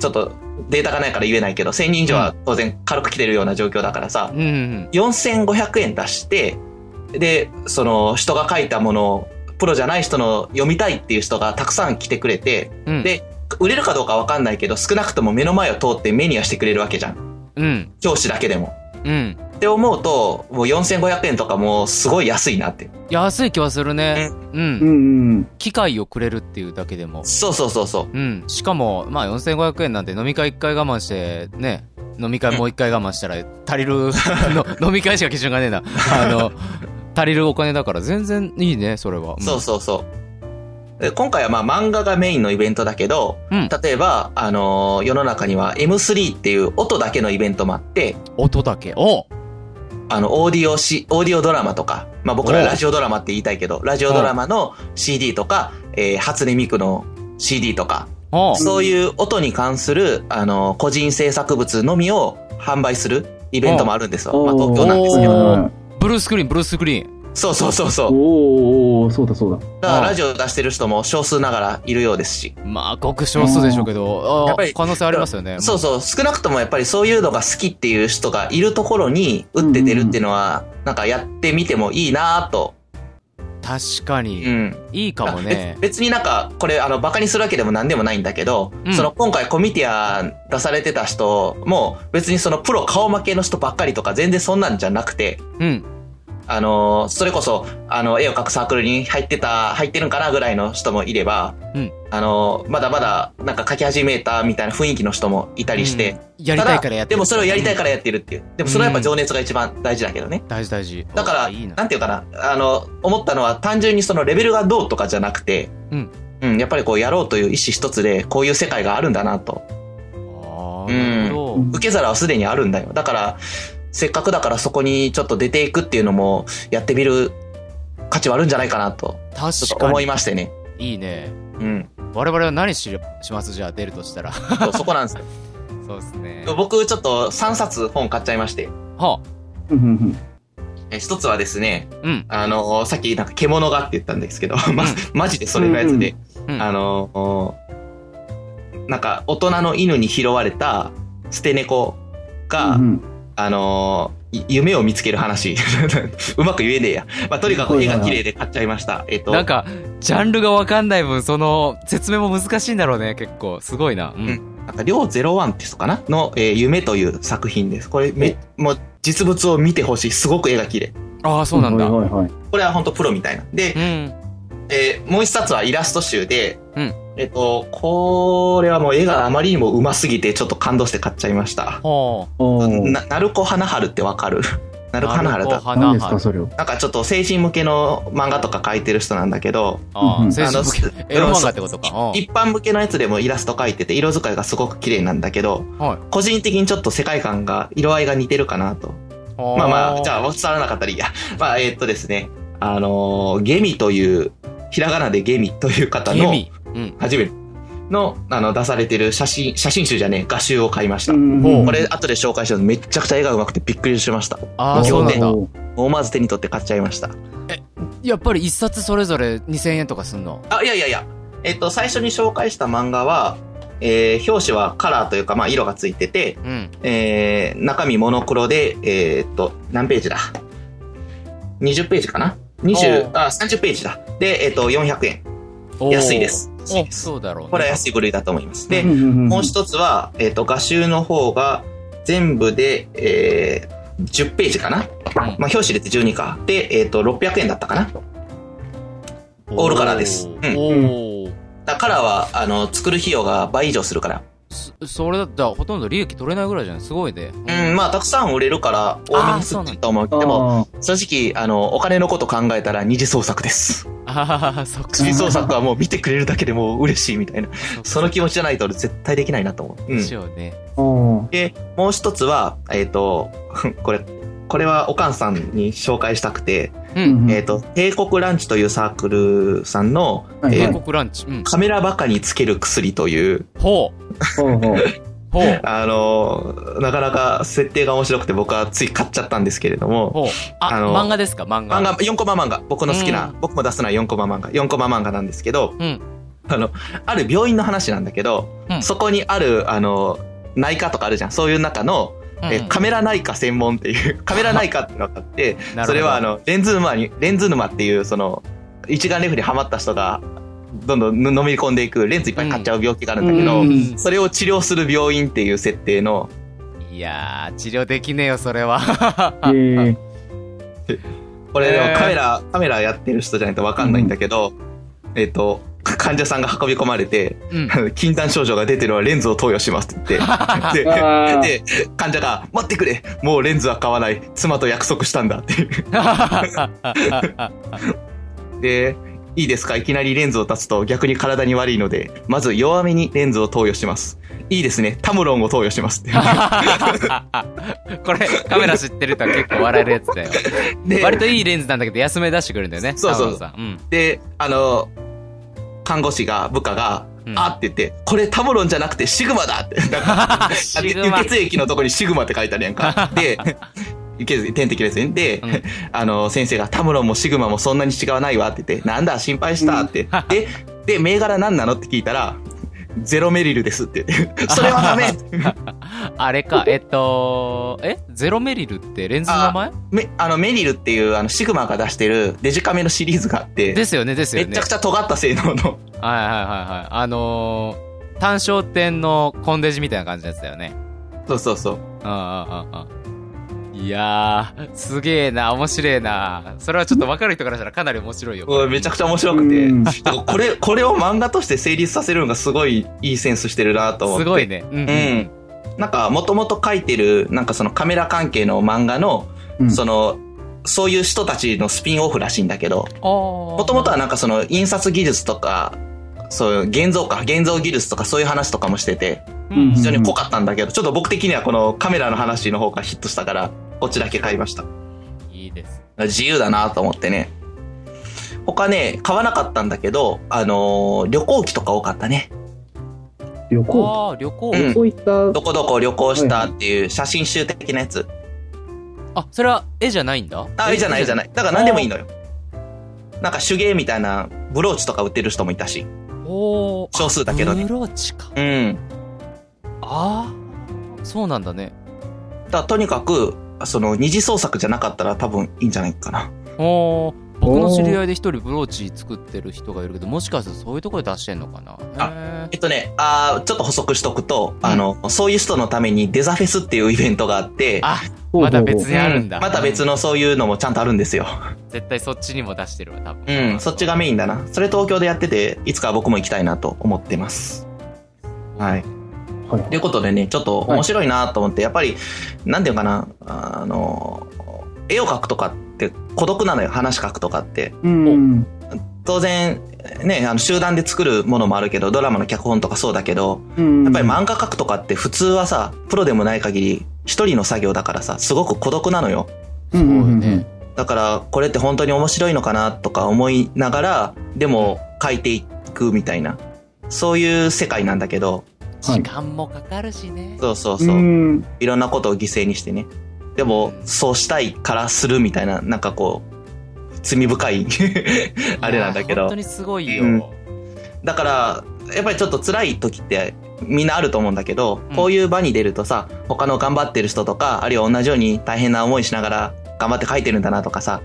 Speaker 3: ちょっとデータがないから言えないけど、1000人以上は当然軽く来てるような状況だからさ
Speaker 2: う、んうん
Speaker 3: 4500円出して、で、その人が書いたものを、プロじゃない人の読みたいっていう人がたくさん来てくれて、
Speaker 2: うん
Speaker 3: で、売れるかどうかわかんないけど、少なくとも目の前を通って目にはしてくれるわけじゃん。
Speaker 2: うん
Speaker 3: 教師だけでも。
Speaker 2: うん
Speaker 3: って思うと、もう4500円とかもうすごい安いなって。
Speaker 2: 安い気はするねう
Speaker 1: うん
Speaker 2: ん
Speaker 1: うん。
Speaker 2: 機会をくれるっていうだけでも
Speaker 3: そうそうそうそう。
Speaker 2: うんしかもまあ4500円なんて飲み会1回我慢してね飲み会もう1回我慢したら足りる の飲み会しか基準がねえなあの足りるお金だから全然いいねそれは
Speaker 3: そうそうそう。で今回はまあ漫画がメインのイベントだけど、
Speaker 2: うん
Speaker 3: 例えば、あのー世の中には M3 っていう音だけのイベントもあって、
Speaker 2: 音だけお
Speaker 3: あの、オーディオし、オーディオドラマとか、まあ僕
Speaker 2: お
Speaker 3: ら
Speaker 2: う
Speaker 3: ラジオドラマって言いたいけど、ラジオドラマの CD とか、えー初音ミクの CD とか、
Speaker 2: お
Speaker 3: そういう音に関する、あのー個人制作物のみを販売するイベントもあるんですよ。まあ東京なんですけど。
Speaker 2: ど
Speaker 1: おー
Speaker 2: ブルースクリーンブルースクリーン
Speaker 3: そうそうそうそう。
Speaker 1: おーおー、そうだそうだ。
Speaker 3: だから
Speaker 2: ああ
Speaker 3: ラジオ出してる人も少数ながらいるようですし。
Speaker 2: まあごく少数でしょうけどあ
Speaker 3: やっぱ
Speaker 2: ー
Speaker 3: り
Speaker 2: 可能性ありますよね
Speaker 3: そうそう、少なくともやっぱりそういうのが好きっていう人がいるところに打って出るっていうのは、なんかやってみてもいいなぁと。
Speaker 2: 確か
Speaker 3: う
Speaker 2: に、
Speaker 3: ん。
Speaker 2: いいかもね
Speaker 3: あべ別になんか、これ、あの、バカにするわけでも何でもないんだけど、
Speaker 2: うん
Speaker 3: その今回コミティア出されてた人も、別にそのプロ顔負けの人ばっかりとか全然そんなんじゃなくて、
Speaker 2: うん
Speaker 3: あの、それこそ、あの、絵を描くサークルに入ってた、入ってるんかなぐらいの人もいれば、
Speaker 2: うん
Speaker 3: あの、まだまだ、なんか描き始めたみたいな雰囲気の人もいたりして、
Speaker 2: うんやりたいからやって
Speaker 3: で
Speaker 2: る
Speaker 3: もそれをやりたいからやってるっていう。でもそれはやっぱ情熱が一番大事だけどね。
Speaker 2: 大事大事
Speaker 3: だから
Speaker 2: あいいな
Speaker 3: なんていうかな、あの、思ったのは単純にそのレベルがどうとかじゃなくて、
Speaker 2: うん。
Speaker 3: うん、やっぱりこうやろうという意思一つで、こういう世界があるんだなと。
Speaker 2: あ
Speaker 3: うん
Speaker 2: ーなるほど
Speaker 3: 受け皿はすでにあるんだよ。だから、せっかくだからそこにちょっと出ていくっていうのも、やってみる価値はあるんじゃないかなと、ちょっ
Speaker 2: 確
Speaker 3: と
Speaker 2: か
Speaker 3: 思
Speaker 2: に
Speaker 3: いましてね。
Speaker 2: いいね
Speaker 3: うん。
Speaker 2: 我々は何ししますじゃあ出るとしたら
Speaker 3: そう そこなんですよ。
Speaker 2: そうですね
Speaker 3: 僕、ちょっと3冊本買っちゃいまして。
Speaker 2: は
Speaker 1: うんうんうん
Speaker 3: え一つはですね、
Speaker 2: あうん
Speaker 3: あの、さっきなんか獣がって言ったんですけど、 ま、マジでそれのやつで、
Speaker 2: うん
Speaker 3: あの、なんか大人の犬に拾われた捨て猫が、
Speaker 1: うん
Speaker 3: あのーい夢を見つける話。 うまく言えねえや。まあ、とにかく絵が綺麗で買っちゃいました。えっと、
Speaker 2: なんかジャンルがわかんない分その説明も難しいんだろうね結構すごいなうん、
Speaker 3: うんなんか、りょう01って人かなの、えー夢という作品です。これめ、もう、実物を見てほしい。すごく絵が綺麗。
Speaker 2: ああそうなんだ、
Speaker 1: はいはいはい
Speaker 3: これは本当プロみたいな。で
Speaker 2: う、ん
Speaker 3: えーもう一冊はイラスト集で、
Speaker 2: うん
Speaker 3: えっと、これはもう絵があまりにもうますぎて、ちょっと感動して買っちゃいました。
Speaker 2: ほ
Speaker 1: おー
Speaker 3: な、なるこはなはるってわかる な
Speaker 2: う
Speaker 3: るこはなはる
Speaker 2: なる
Speaker 3: だ
Speaker 2: ほ。ど
Speaker 1: 何
Speaker 2: 花
Speaker 1: です
Speaker 2: 葉
Speaker 1: かそれを
Speaker 3: なんかちょっと精神向けの漫画とか描いてる人なんだけど、
Speaker 2: あ
Speaker 1: うんう
Speaker 2: あ
Speaker 1: ん
Speaker 2: 精神
Speaker 3: あ
Speaker 2: 向
Speaker 3: の
Speaker 2: けエロ漫画ってことかうん
Speaker 3: い一般向けのやつでもイラスト描いてて色使いがすごく綺麗なんだけど、
Speaker 2: はい
Speaker 3: 個人的にちょっと世界観が色合いが似てるかなと
Speaker 2: ほう
Speaker 3: まあまあじゃあ伝わらなかったらいいや まあえーっとですねあのーゲミというひらがなでゲミという方
Speaker 2: ゲ
Speaker 3: の
Speaker 2: ミうん
Speaker 3: 初めてのあの出されてる写真写真集じゃねえ画集を買いました、
Speaker 1: うん
Speaker 2: ほう
Speaker 3: これ後で紹介したのめっちゃくちゃ絵が上手くてびっくりしました
Speaker 2: ああそうなんだ
Speaker 1: おー
Speaker 3: 思わず手に取って買っちゃいました
Speaker 2: やっぱり一冊それぞれ2000円とかすんの
Speaker 3: あ、いやいやいや。えっと、最初に紹介した漫画は、えー表紙はカラーというか、まあ、色がついてて、
Speaker 2: うん
Speaker 3: えー中身モノクロで、えーっと、何ページだ ?20 ページかな
Speaker 2: おう
Speaker 3: ?20、あ、30ページだ。で、えっと、400円。
Speaker 2: おー
Speaker 3: 安いです。
Speaker 2: おそうだろうね
Speaker 3: これは安い部類だと思います。で
Speaker 1: うん、うんうん
Speaker 3: もう一つは、えっと、画集の方が、全部で、えー10ページかな
Speaker 2: うん
Speaker 3: まあ、表紙で12か。で、えっと、600円だったかなオールカラーです
Speaker 2: お
Speaker 3: うん
Speaker 2: ー
Speaker 3: だからカラーは、あの、作る費用が倍以上するから。
Speaker 2: そそれだったらほとんど利益取れないぐらいじゃないすごいね
Speaker 3: うん、まあ、たくさん売れるから、多めにすると思う。でも、
Speaker 1: あ
Speaker 3: 正直、あの、お金のこと考えたら二次創作です。
Speaker 2: ああそっか
Speaker 3: 二次創作はもう見てくれるだけでもう嬉しいみたいな。その気
Speaker 2: 持
Speaker 3: 持ちじゃないと絶対できないなと思う。う
Speaker 2: で
Speaker 3: ん
Speaker 2: し。ようね
Speaker 1: ーおー
Speaker 3: で、もう一つは、えっ、と、 これ、これはおかんさんに紹介したくて、
Speaker 2: う
Speaker 1: うん
Speaker 2: ん
Speaker 1: うん
Speaker 3: えっ、と、帝国ランチというサークルさんの、
Speaker 1: はいは
Speaker 3: え
Speaker 1: い
Speaker 2: 帝国ランチうん
Speaker 3: カメラバカにつける薬という、
Speaker 2: ほう
Speaker 1: ほうほう
Speaker 2: ほう
Speaker 3: あの、なかなか設定が面白くて僕はつい買っちゃったんですけれども、
Speaker 2: ほうあ
Speaker 3: あの
Speaker 2: 漫画ですか漫画
Speaker 3: 漫画、4コマ漫画。僕の好きな、
Speaker 2: う
Speaker 3: 僕も出すのは4コマ漫画。4コマ漫画なんですけど、
Speaker 2: うん
Speaker 3: あの、ある病院の話なんだけど、
Speaker 2: うん
Speaker 3: そこにある、あの、内科とかあるじゃん。そういう中の、
Speaker 2: うん
Speaker 3: えカメラ内科専門っていう、カメラ内科っていうのがあって、
Speaker 2: なるほど
Speaker 3: それはあの、レンズ沼に、レンズ沼っていう、その、一眼レフにハマった人が、どんどんののめり込んでいく、レンズいっぱい買っちゃう病気があるんだけど、
Speaker 1: うん
Speaker 3: それを治療する病院っていう設定の、
Speaker 2: いやー治療できねえよそれは
Speaker 1: え ー
Speaker 3: これで
Speaker 2: へー
Speaker 3: もカメラ、カメラやってる人じゃないとわかんないんだけど、えっ、と、患者さんが運び込まれて、
Speaker 2: うん
Speaker 3: 禁断症状が出てるはレンズを投与しますっ て言
Speaker 1: あー
Speaker 3: って、で、で、患者が、待ってくれもうレンズは買わない妻と約束したんだっていう。で、いいですかいきなりレンズを出すと逆に体に悪いので、まず弱めにレンズを投与します。いいですね。タムロンを投与します って。
Speaker 2: これカメラ知ってると結構笑えるやつ だよ
Speaker 3: で
Speaker 2: 割といいレンズなんだけど安め出してくるんだよね
Speaker 3: そうそ
Speaker 2: タマ
Speaker 3: う
Speaker 2: ロンさんうん
Speaker 3: で、あの、看護師が、部下が、
Speaker 2: うん
Speaker 3: あって言って、これタムロンじゃなくてシグマだって。なんか
Speaker 2: シグマ
Speaker 3: 輸血液のとこにシグマって書いてあるやんか。で、輸血液、点滴ですね。で、
Speaker 2: うん
Speaker 3: あの、先生がタムロンもシグマもそんなに違わないわって言って、なんだ、心配したって。で、で、銘柄何なのって聞いたら、ゼロメリルですって言 って。それはダメ
Speaker 2: あれ か、えっと、えゼロメリルってレンズの名前
Speaker 3: めあの、メリルっていう、あの、シグマが出してるデジカメのシリーズがあって、
Speaker 2: ですよね、ですよ
Speaker 3: め
Speaker 2: ね。
Speaker 3: ちゃくちゃ尖った性能の。
Speaker 2: はいはいはいはい。あのー、単焦点のコンデジみたいな感じのやつだよね。
Speaker 3: そうそうそう。
Speaker 2: うんうんうんうん。いいやー、すげえな、面白えな。それはちょっと分かる人からしたらかなり面白いよ。
Speaker 3: うんめちゃくちゃ面白くて、
Speaker 1: うん
Speaker 3: だからこれ、これを漫画として成立させるのがすごいいいセンスしてるなと思って。
Speaker 2: すごいね。う。
Speaker 3: うんん。なんか、もともと書いてる、なんかそのカメラ関係の漫画の、
Speaker 1: うん
Speaker 3: その、そういう人たちのスピンオフらしいんだけど、も
Speaker 2: も
Speaker 3: ともとはなんかその印刷技術とか、そういう現像か、現像技術とかそういう話とかもしてて、
Speaker 1: うん
Speaker 3: 非常に濃かったんだけど、ちょっと僕的にはこのカメラの話の方がヒットしたから、こっちだけ買いました。
Speaker 2: いいです。
Speaker 3: 自由だなと思ってね。他ね、買わなかったんだけど、あのー旅行記とか多かったね。
Speaker 1: 旅行
Speaker 2: ああ、旅行。
Speaker 3: うん
Speaker 1: そういった、
Speaker 3: どこどこ旅行したっていう写真集的なやつ。
Speaker 2: あ、それは絵じゃないんだ。
Speaker 3: あ、いいじゃない、いいじゃないい。だから何でもいいのよ。なんか手芸みたいなブローチとか売ってる人もいたし、
Speaker 2: おー。
Speaker 3: 少数だけどね
Speaker 2: ブ。ローチか。
Speaker 3: うん。
Speaker 2: ああ、そうなんだね。
Speaker 3: だからとにかく、その二次創作じゃなかったら多分いいんじゃないかな。
Speaker 2: おー。僕の知り合いで一人ブローチ作ってる人がいるけど、もしかしたらそういうところで出してんのかなへ
Speaker 3: えっとね、あーちょっと補足しとくと、あの、そういう人のためにデザフェスっていうイベントがあって
Speaker 2: ー、あ、まだ別にあるんだ。
Speaker 3: また別のそういうのもちゃんとあるんですよ。
Speaker 2: 絶対そっちにも出してるわ、多
Speaker 3: う
Speaker 2: 分。
Speaker 3: ん、そっちがメインだな。それ東京でやってて、いつか僕も行きたいなと思ってます。はい。
Speaker 1: ほうほうほうは
Speaker 3: ということでね、ちょっと面白いなと思って、やっぱり、なんていうのかな、あの、絵を描くとかって孤独なのよ、話描くとかって。
Speaker 1: いうん。
Speaker 3: 当然、ね、あの集団で作るものもあるけど、ドラマの脚本とかそうだけど、
Speaker 1: うん
Speaker 3: やっぱり漫画描くとかって普通はさ、プロでもない限り、一人の作業だからさ、すごく孤独なのよ。
Speaker 1: うんうんうん
Speaker 2: そうよね
Speaker 3: だから、これって本当に面白いのかなとか思いながら、でも書いていくみたいな、そういう世界なんだけど、
Speaker 1: はい
Speaker 2: 時間もかかるしね。
Speaker 3: そうそう
Speaker 1: う
Speaker 3: そう、
Speaker 1: ん
Speaker 3: いろんなことを犠牲にしてね。でも、そうしたいからするみたいな、なんかこう、罪深い あれなんだけ
Speaker 2: いや
Speaker 3: ど
Speaker 2: 本当。にすごいよ。
Speaker 3: うんだから、やっぱりちょっと辛い時って、みんなあると思うんだけど、
Speaker 2: うん
Speaker 3: こういう場に出るとさ、他の頑張ってる人とか、あるいは同じように大変な思いしながら頑張って書いてるんだなとかさ、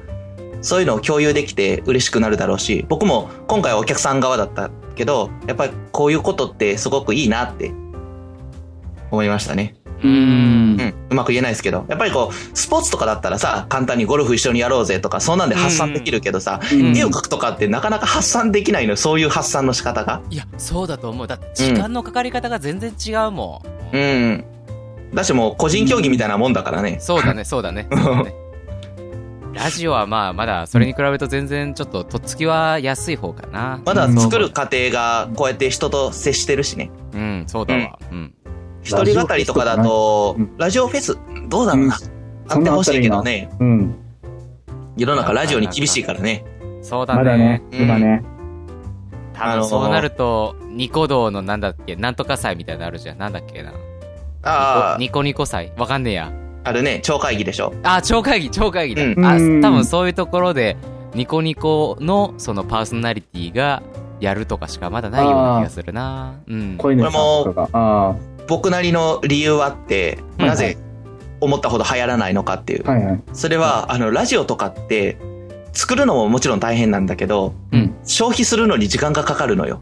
Speaker 3: そういうのを共有できて嬉しくなるだろうし、僕も今回はお客さん側だったけど、やっぱりこういうことってすごくいいなって思いましたね。
Speaker 1: う
Speaker 3: うんん。うまく言えないですけど、やっぱりこう、スポーツとかだったらさ、簡単にゴルフ一緒にやろうぜとか、そんなんで発散できるけどさ、
Speaker 1: うん
Speaker 3: 絵を描くとかってなかなか発散できないのよ、そういう発散の仕方が。
Speaker 2: いや、そうだと思う。だって時間のかかり方が全然違うもん。
Speaker 3: うん。だしもう個人競技みたいなもんだからね。
Speaker 2: そう だね、そうだね。そうだねラジオはまあ、まだそれに比べると全然ちょっととっつきは安い方かな。
Speaker 3: まだ作る過程がこうやって人と接してるしね。
Speaker 2: うん、そうだわ。うん。
Speaker 3: 一人語りとかだと
Speaker 1: うん、
Speaker 3: ラジオフェス、どうだろうな。あ
Speaker 1: そ
Speaker 3: っ
Speaker 1: んな
Speaker 3: て
Speaker 1: のあ
Speaker 3: ほ
Speaker 1: っ
Speaker 3: した
Speaker 1: らい
Speaker 3: い
Speaker 1: い
Speaker 3: け
Speaker 1: な
Speaker 3: どね。
Speaker 1: うん。
Speaker 3: 世の中ラジオに厳しいからね。
Speaker 2: そうだね。
Speaker 1: まだね、今ね。
Speaker 2: 多分そうなると、ニコ動のなんだっけ、なんとか祭みたいなのあるじゃん。なんだっけな。
Speaker 3: あ
Speaker 2: ニコニコ祭わかんねえや。
Speaker 3: あ、あるね。超会議でしょ。
Speaker 2: あ、超会議、超会議だ。
Speaker 3: うん
Speaker 2: あ、
Speaker 1: うん
Speaker 2: 多分そういうところで、ニコニコのそのパーソナリティがやるとかしかまだないような気がするな。うん。
Speaker 1: 声の人とかが。あ
Speaker 3: 僕なりの理由はあって、
Speaker 2: うん
Speaker 3: なぜ思ったほど流行らないのかっていう
Speaker 1: あ、。はいはい。
Speaker 3: それは、あの、ラジオとかって、作るのももちろん大変なんだけど、
Speaker 2: うん
Speaker 3: 消費するのに時間がかかるのよ。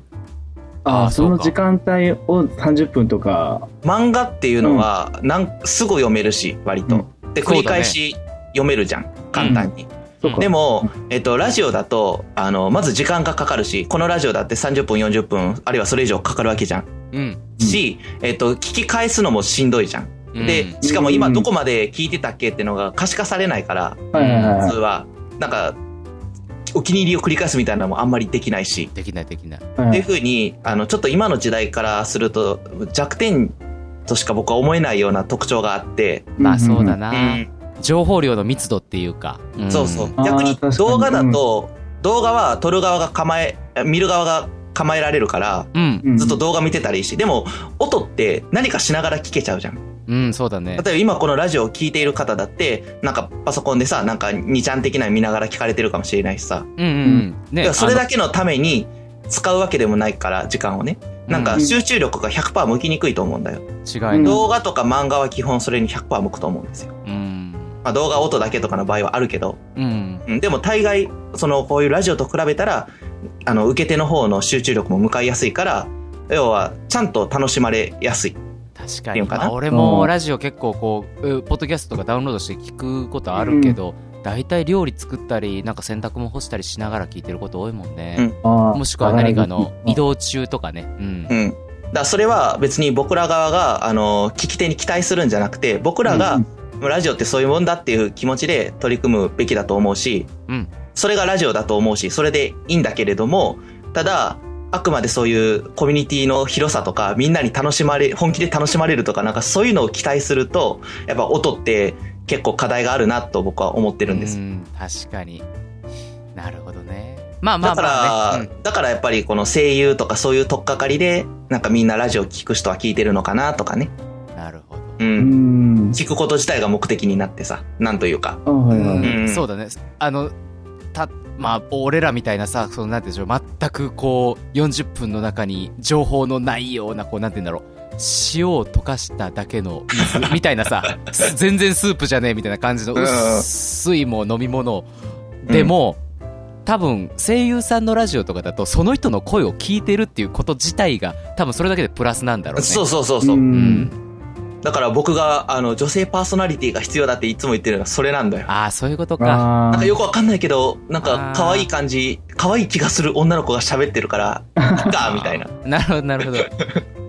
Speaker 1: あ
Speaker 2: あ
Speaker 1: あ、そ
Speaker 2: そう
Speaker 1: の
Speaker 2: か
Speaker 1: 時間帯を30分とか。
Speaker 3: 漫画っていうのは、なんすぐ読めるし割と、で
Speaker 2: そうだね
Speaker 3: 繰り返し読めるじゃん、簡単に、
Speaker 1: そうか。
Speaker 3: でも、えっと、ラジオだとあのまず時間がかかるしこのラジオだって30分40分あるいはそれ以上かかるわけじゃん
Speaker 2: うん。
Speaker 3: し、えっと、聞き返すのもしんどいじゃん、
Speaker 2: うん
Speaker 3: でしかも
Speaker 1: う
Speaker 3: 今
Speaker 1: ん
Speaker 3: どこまで聞いてたっけってのが可視化されないから
Speaker 1: はいはいはい
Speaker 3: 普
Speaker 1: は
Speaker 3: 通はなんかお気に入りを繰り返すみたいなのもあんまりできないし
Speaker 2: できないできない。
Speaker 1: い。
Speaker 3: っ
Speaker 1: は
Speaker 3: てい
Speaker 1: い
Speaker 3: うふうに、あの、ちょっと今の時代からすると弱点としか僕は思えないような特徴があって、
Speaker 2: まあそうだ。な、
Speaker 3: うん
Speaker 2: 情報量の密度っていうか。ん
Speaker 3: そうそう。
Speaker 1: あー
Speaker 3: 逆に
Speaker 1: 確かに
Speaker 3: 動画だと、動画は撮る側が構え、見る側が構えられるから、
Speaker 2: うん。
Speaker 1: うん
Speaker 3: ずっと動画見てたらいいし、でも、音って何かしながら聞けちゃうじゃん。
Speaker 2: うん、そうだね
Speaker 3: 例え。ば今このラジオを聞いている方だって、なんかパソコンでさ、なんか2ちゃん的なの見ながら聞かれてるかもしれないしさ。
Speaker 2: うんうんうん。
Speaker 3: だ
Speaker 2: ね
Speaker 3: からそれだけのために使うわけでもないから、時間をね。なん
Speaker 2: う
Speaker 3: か
Speaker 1: ん
Speaker 3: 集中力が100%向きにくいと思うんだよ。
Speaker 2: あの違い
Speaker 1: うん
Speaker 2: の。
Speaker 3: 動画とか漫画は基本それに100%向くと思うんですよ。
Speaker 2: うん。
Speaker 3: まあ、動画音だけとかの場合はあるけど、
Speaker 2: うん。
Speaker 3: うん、でも大概、そのこういうラジオと比べたら、あの、受け手の方の集中力も向かいやすいから、要は、ちゃんと楽しまれやすい。
Speaker 2: 確か
Speaker 3: って
Speaker 2: に、
Speaker 3: いうのかな
Speaker 2: まあ俺もラジオ結構こううポッドキャストとかダウンロードして聞くことあるけど、大体料理作ったりなんか洗濯も干したりしながら聞いてること多いもんね、
Speaker 1: あー
Speaker 2: もしくは何かの移。
Speaker 1: あ
Speaker 2: 動中とかねうん
Speaker 3: うん。だからそれは別に僕ら側が、あの、聞き手に期待するんじゃなくて、僕らが、
Speaker 1: うん
Speaker 3: ラジオってそういうもんだっていう気持ちで取り組むべきだと思うし、
Speaker 2: うん
Speaker 3: それがラジオだと思うし、それでいいんだけれども、ただ、あくまでそういうコミュニティの広さとか、みんなに楽しまれ、本気で楽しまれるとか、なんかそういうのを期待すると、やっぱ音って結構課題があるなと僕は思ってるんです。
Speaker 2: うん確かになるほどねまあま
Speaker 3: だ
Speaker 2: あ
Speaker 3: から、
Speaker 2: まあね、
Speaker 3: だからやっぱりこの声優とかそういう取っかかりで、なんかみんなラジオ聞く人は聞いてるのかなとかね。
Speaker 2: うんなるほど
Speaker 1: う
Speaker 3: う。
Speaker 1: んん。
Speaker 3: 聞くこと自体が目的になってさ、なんというか。
Speaker 1: あーはいはいはい。
Speaker 2: うん
Speaker 3: うん
Speaker 2: そうだねあのたまあ俺らみたいなさそのなんていうんでしょう全くこう40分の中に情報のないようなこうなんていうんだろう塩を溶かしただけの水みたいな さす全然スープじゃねえみたいな感じの
Speaker 3: うん
Speaker 2: 薄いもう飲み物でも、多分声優さんのラジオとかだとその人の声を聞いてるっていうこと自体が多分それだけでプラスなんだろうね
Speaker 3: そうそうそうそう。
Speaker 1: う
Speaker 2: うんん、
Speaker 3: だから僕が、あの、女性パーソナリティが必要だっていつも言ってるのはそれなんだよ。
Speaker 2: ああそういうことか
Speaker 1: あ
Speaker 3: なんか
Speaker 1: ー
Speaker 3: よくわかんないけど、なんか
Speaker 2: あー
Speaker 3: 可愛い感じ、可愛い気がする女の子が喋ってるから、いっか、みた いな。
Speaker 2: なるほど、な るほど。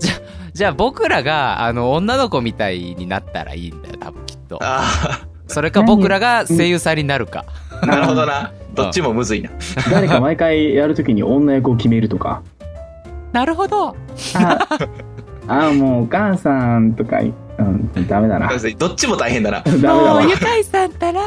Speaker 2: じゃ、じゃあ僕らが、あの、女の子みたいになったらいいんだよ、多分きっと。
Speaker 3: あ
Speaker 2: それか僕らが声優さんになるか。
Speaker 3: あ、なるほどな。どっちもむずいな。
Speaker 1: 誰か毎回やるときに女役を決めるとか。
Speaker 2: なるほど。
Speaker 1: ああ、もうお母さんとか、うん、ダメだな。ダメ
Speaker 3: どっちも大変だな。
Speaker 1: だわ。
Speaker 2: かいさんったら。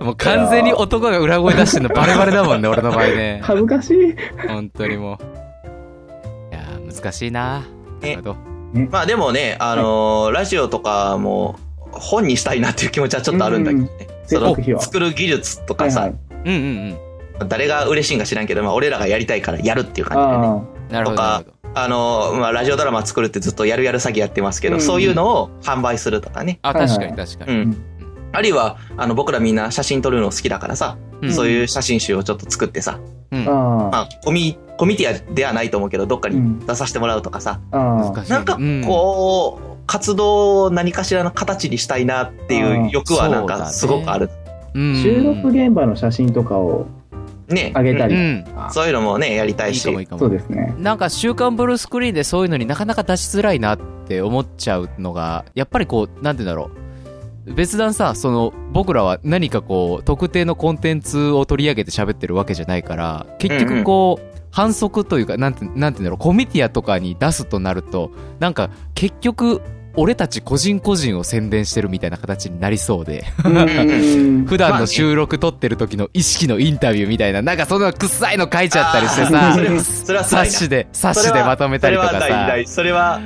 Speaker 2: もう完全に男が裏声出 してんのバレバレだもんね、俺の場合ね。
Speaker 1: 恥ずかしい。
Speaker 2: 本当にもう。いやー、難しいな。な
Speaker 3: え
Speaker 2: るほど。
Speaker 3: まあでもね、あのーラジオとかも本にしたいなっていう気持ちはちょっとあるんだけどね。そ
Speaker 1: 制作費
Speaker 3: の
Speaker 1: は
Speaker 3: 作る技術とかさ、
Speaker 1: はいはい
Speaker 2: うんうん
Speaker 3: 誰が嬉しいんか知らんけど、まあ俺らがやりたいからやるっていう感じでね。
Speaker 1: あ
Speaker 2: うん。なるほど。
Speaker 3: とか
Speaker 2: なるほど
Speaker 3: あの、まあ、ラジオドラマ作るってずっとやるやる詐欺やってますけど、
Speaker 1: うん
Speaker 3: そういうのを販売するとかね。
Speaker 2: あ、
Speaker 1: はいはい
Speaker 2: 確かに確か
Speaker 3: う
Speaker 2: に。
Speaker 3: ん。あるいは、あの、僕らみんな写真撮るの好きだからさ、
Speaker 2: うん
Speaker 3: そういう写真集をちょっと作ってさ、
Speaker 2: うん
Speaker 1: あ。あ
Speaker 3: まあ、コミ、コミティアではないと思うけど、どっか
Speaker 1: う
Speaker 3: に
Speaker 1: ん
Speaker 3: 出させてもらうとかさ、
Speaker 1: ああ
Speaker 2: 難しい。
Speaker 3: なんか
Speaker 2: うん
Speaker 3: こう、活動を何かしらの形にしたいなっていう欲はなん
Speaker 2: あー
Speaker 3: かすごくある。
Speaker 2: うん
Speaker 1: 収録現場の写真とかを
Speaker 3: ね。
Speaker 1: あげた
Speaker 2: う
Speaker 1: り
Speaker 2: ん。
Speaker 3: うんそういうのもね、やりたい
Speaker 2: いい
Speaker 3: し。
Speaker 2: かもいいかも
Speaker 1: そう。ですね
Speaker 2: なんか週刊ブルースクリーンでそういうのになかなか出しづらいなって思っちゃうのが、やっぱりこう、なんて言うんだろう。別段さ、その、僕らは何かこう、特定のコンテンツを取り上げて喋ってるわけじゃないから、結局こう、反則というか、なんて、なんて言うんだろう、コミティアとかに出すとなると、なんか、結局、俺たち個人個人を宣伝してるみたいな形になりそう で、
Speaker 1: うん
Speaker 2: 普段の収録撮ってる時の意識のインタビューみたいな、なんかそんな臭いの書いちゃったり して
Speaker 1: あ
Speaker 2: さ
Speaker 1: ー、
Speaker 3: それは、それは辛いな
Speaker 2: 冊子で、冊子でまとめたりとか
Speaker 3: それはないな
Speaker 2: さ。
Speaker 3: いそれは、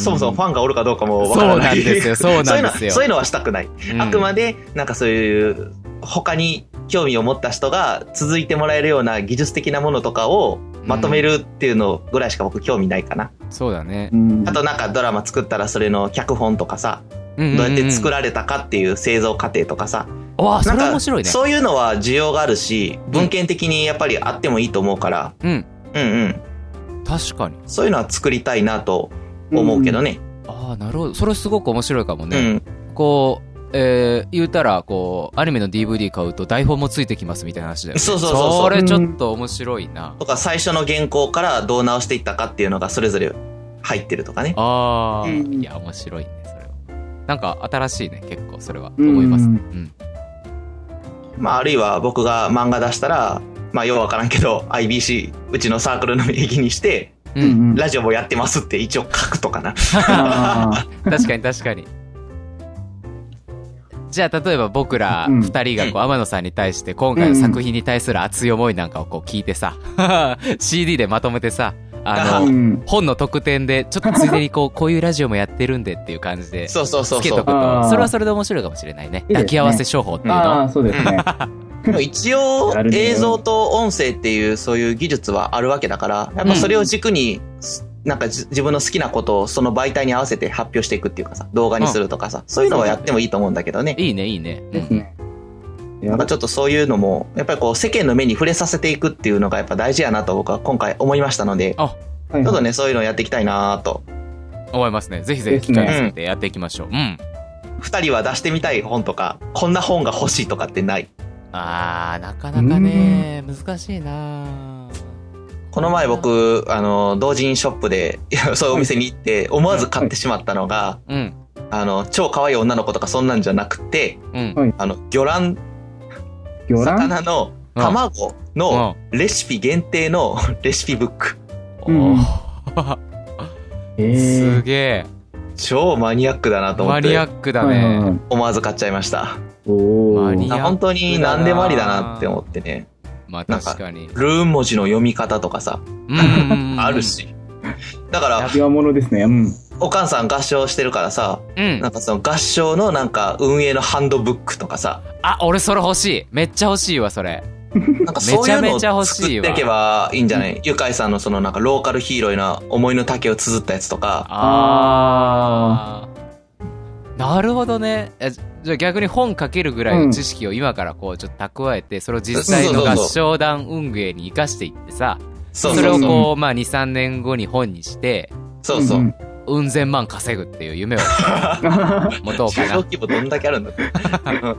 Speaker 3: そもそもファンがおるかどうかもわ
Speaker 2: そ
Speaker 3: から
Speaker 2: うな
Speaker 3: なんい。
Speaker 2: ですよ、そうなんですよ。
Speaker 3: そういうのはそういうのはしたくない。
Speaker 2: うん
Speaker 3: あくまで、なんかそういう、他に興味を持った人が続いてもらえるような技術的なものとかをまとめるっていうのぐらいしか僕興味ないかな。
Speaker 2: そうだね。
Speaker 1: うん
Speaker 3: あとなんかドラマ作ったらそれの脚本とかさ、
Speaker 2: どう
Speaker 3: どうやって作
Speaker 2: る
Speaker 3: られたかっていう製造過程とかさ、
Speaker 2: わあ、そ
Speaker 3: なん
Speaker 2: れ
Speaker 3: か
Speaker 2: 面白いね。
Speaker 3: そういうのは需要があるし、文献的にやっぱりあってもいいと思うから、
Speaker 2: うん、
Speaker 3: うんうん。
Speaker 2: 確かに。
Speaker 3: そういうのは作りたいなと思うけどね。
Speaker 2: ああ、なるほど。それすごく面白いかも
Speaker 3: う
Speaker 2: ね。
Speaker 3: ん。
Speaker 2: こう、えー言うたら、こう、アニメの DVD 買うと台本もついてきますみたいな話だよね。
Speaker 3: そうそうそうそう
Speaker 2: それちょっと面白いな。
Speaker 3: とか最初の原稿からどう直していったかっていうのがそれぞれ入ってるとかね。
Speaker 2: ああ、
Speaker 1: うん
Speaker 2: いや、面白いね、それは。なんか新しいね、結構、それは。
Speaker 1: うん
Speaker 2: 思います。うん。
Speaker 3: まあ、あるいは僕が漫画出したら、まあ、ようわからんけど、IBC、うちのサークルの名義にして、
Speaker 2: う。
Speaker 1: うんんうん
Speaker 3: ラジオもやってますって一応書くとかな。
Speaker 1: あ
Speaker 2: 確かに確かに。じゃあ例えば僕ら
Speaker 1: うん
Speaker 2: 二人がこう天野さんに対して今回の作品に対する熱い思いなんかをこう聞いてさ、CD でまとめてさ、あ
Speaker 1: ーう
Speaker 3: う
Speaker 2: の、
Speaker 1: ん
Speaker 2: 本の特典でちょっとついでにこう、こういうラジオもやってるんでっていう感じで、
Speaker 3: そうそうそう
Speaker 2: つけ
Speaker 3: そ
Speaker 2: とく
Speaker 3: う。
Speaker 1: あー
Speaker 2: と、それはそれで面白いかもしれないね。
Speaker 1: いいですね
Speaker 2: 抱き合わせ商法っていう
Speaker 1: あ
Speaker 2: の。
Speaker 1: ーそうですね
Speaker 3: でも一応
Speaker 1: やる、ね
Speaker 3: 映像と音声っていうそういう技術はあるわけだから、やっぱそれを軸に、なんかじ自分の好きなことをその媒体に合わせて発表していくっていうかさ、動画にするとかさ、そういうのはやってもいいと思うんだけどね。
Speaker 2: いいね、いいね。うん
Speaker 1: ですねや
Speaker 3: なん
Speaker 1: ば
Speaker 3: かちょっとそういうのも、やっぱりこう世間の目に触れさせていくっていうのがやっぱ大事やなと僕は今回思いましたので、
Speaker 2: あ、
Speaker 1: はい
Speaker 3: ちょっとね、そういうのやっていきたいなと
Speaker 2: 思いますね。ぜひぜひ機会を作ってやっていきましょう。うん。
Speaker 3: 二人は出してみたい本とか、こんな本が欲しいとかってない。
Speaker 2: あー、なかなかね、難しいな
Speaker 3: この前僕、あの、同人ショップで、 いやそういうお店に行って、思わず買ってしまったのが、
Speaker 2: うん。
Speaker 3: あの、超可愛い女の子とかそんなんじゃなくて、
Speaker 2: うん。
Speaker 3: あの、魚卵、
Speaker 1: 魚卵
Speaker 3: 魚の
Speaker 2: うん
Speaker 3: 卵のレシピ限定のレシピブック。
Speaker 1: うん
Speaker 2: おー
Speaker 1: え
Speaker 2: す
Speaker 1: ー
Speaker 2: げえ。
Speaker 3: 超マニアックだなと思
Speaker 2: マ
Speaker 3: っ
Speaker 2: ニア
Speaker 3: て、
Speaker 2: ックだ
Speaker 1: はいはいは
Speaker 2: ね。
Speaker 1: い
Speaker 3: 思わず買っちゃいました。
Speaker 1: お
Speaker 2: マ
Speaker 1: ー
Speaker 2: ニアックだな
Speaker 3: 本当に何でもありだなって思ってね。
Speaker 2: まあ
Speaker 3: なんか
Speaker 2: 確かに。
Speaker 3: ルーン文字の読み方とかさ、
Speaker 2: うん。
Speaker 3: ある。し。だから、
Speaker 1: 弱者ですね。うん。
Speaker 3: お母さん合唱してるからさ、
Speaker 2: うん
Speaker 3: な。んかその合唱のなんか運営のハンドブックとかさ、
Speaker 2: あ、俺それ欲しい。めっちゃ欲しいわ、それ。
Speaker 3: なんかそういうの
Speaker 2: めちゃめちゃ
Speaker 3: を
Speaker 2: 欲
Speaker 3: 作っ
Speaker 2: しいわ
Speaker 3: ていけばいいんじゃないゆかいさんのそのなんかローカルヒーローな思いの丈を綴ったやつとか、
Speaker 2: あー。なるほどね。えじゃあ逆に本書けるぐらいの知識を今からこうちょっと蓄えて、それを実際の合唱団運営に生かしていってさ、
Speaker 3: そう
Speaker 2: それ
Speaker 3: そ
Speaker 2: を
Speaker 3: うそう。
Speaker 2: こう、まあ2、3年後に本にして、
Speaker 3: そうそう。
Speaker 1: んん
Speaker 2: うん千万稼ぐっていう夢を持とうか
Speaker 3: 中 小
Speaker 2: な。
Speaker 3: 規模どんだけあるん だって。うん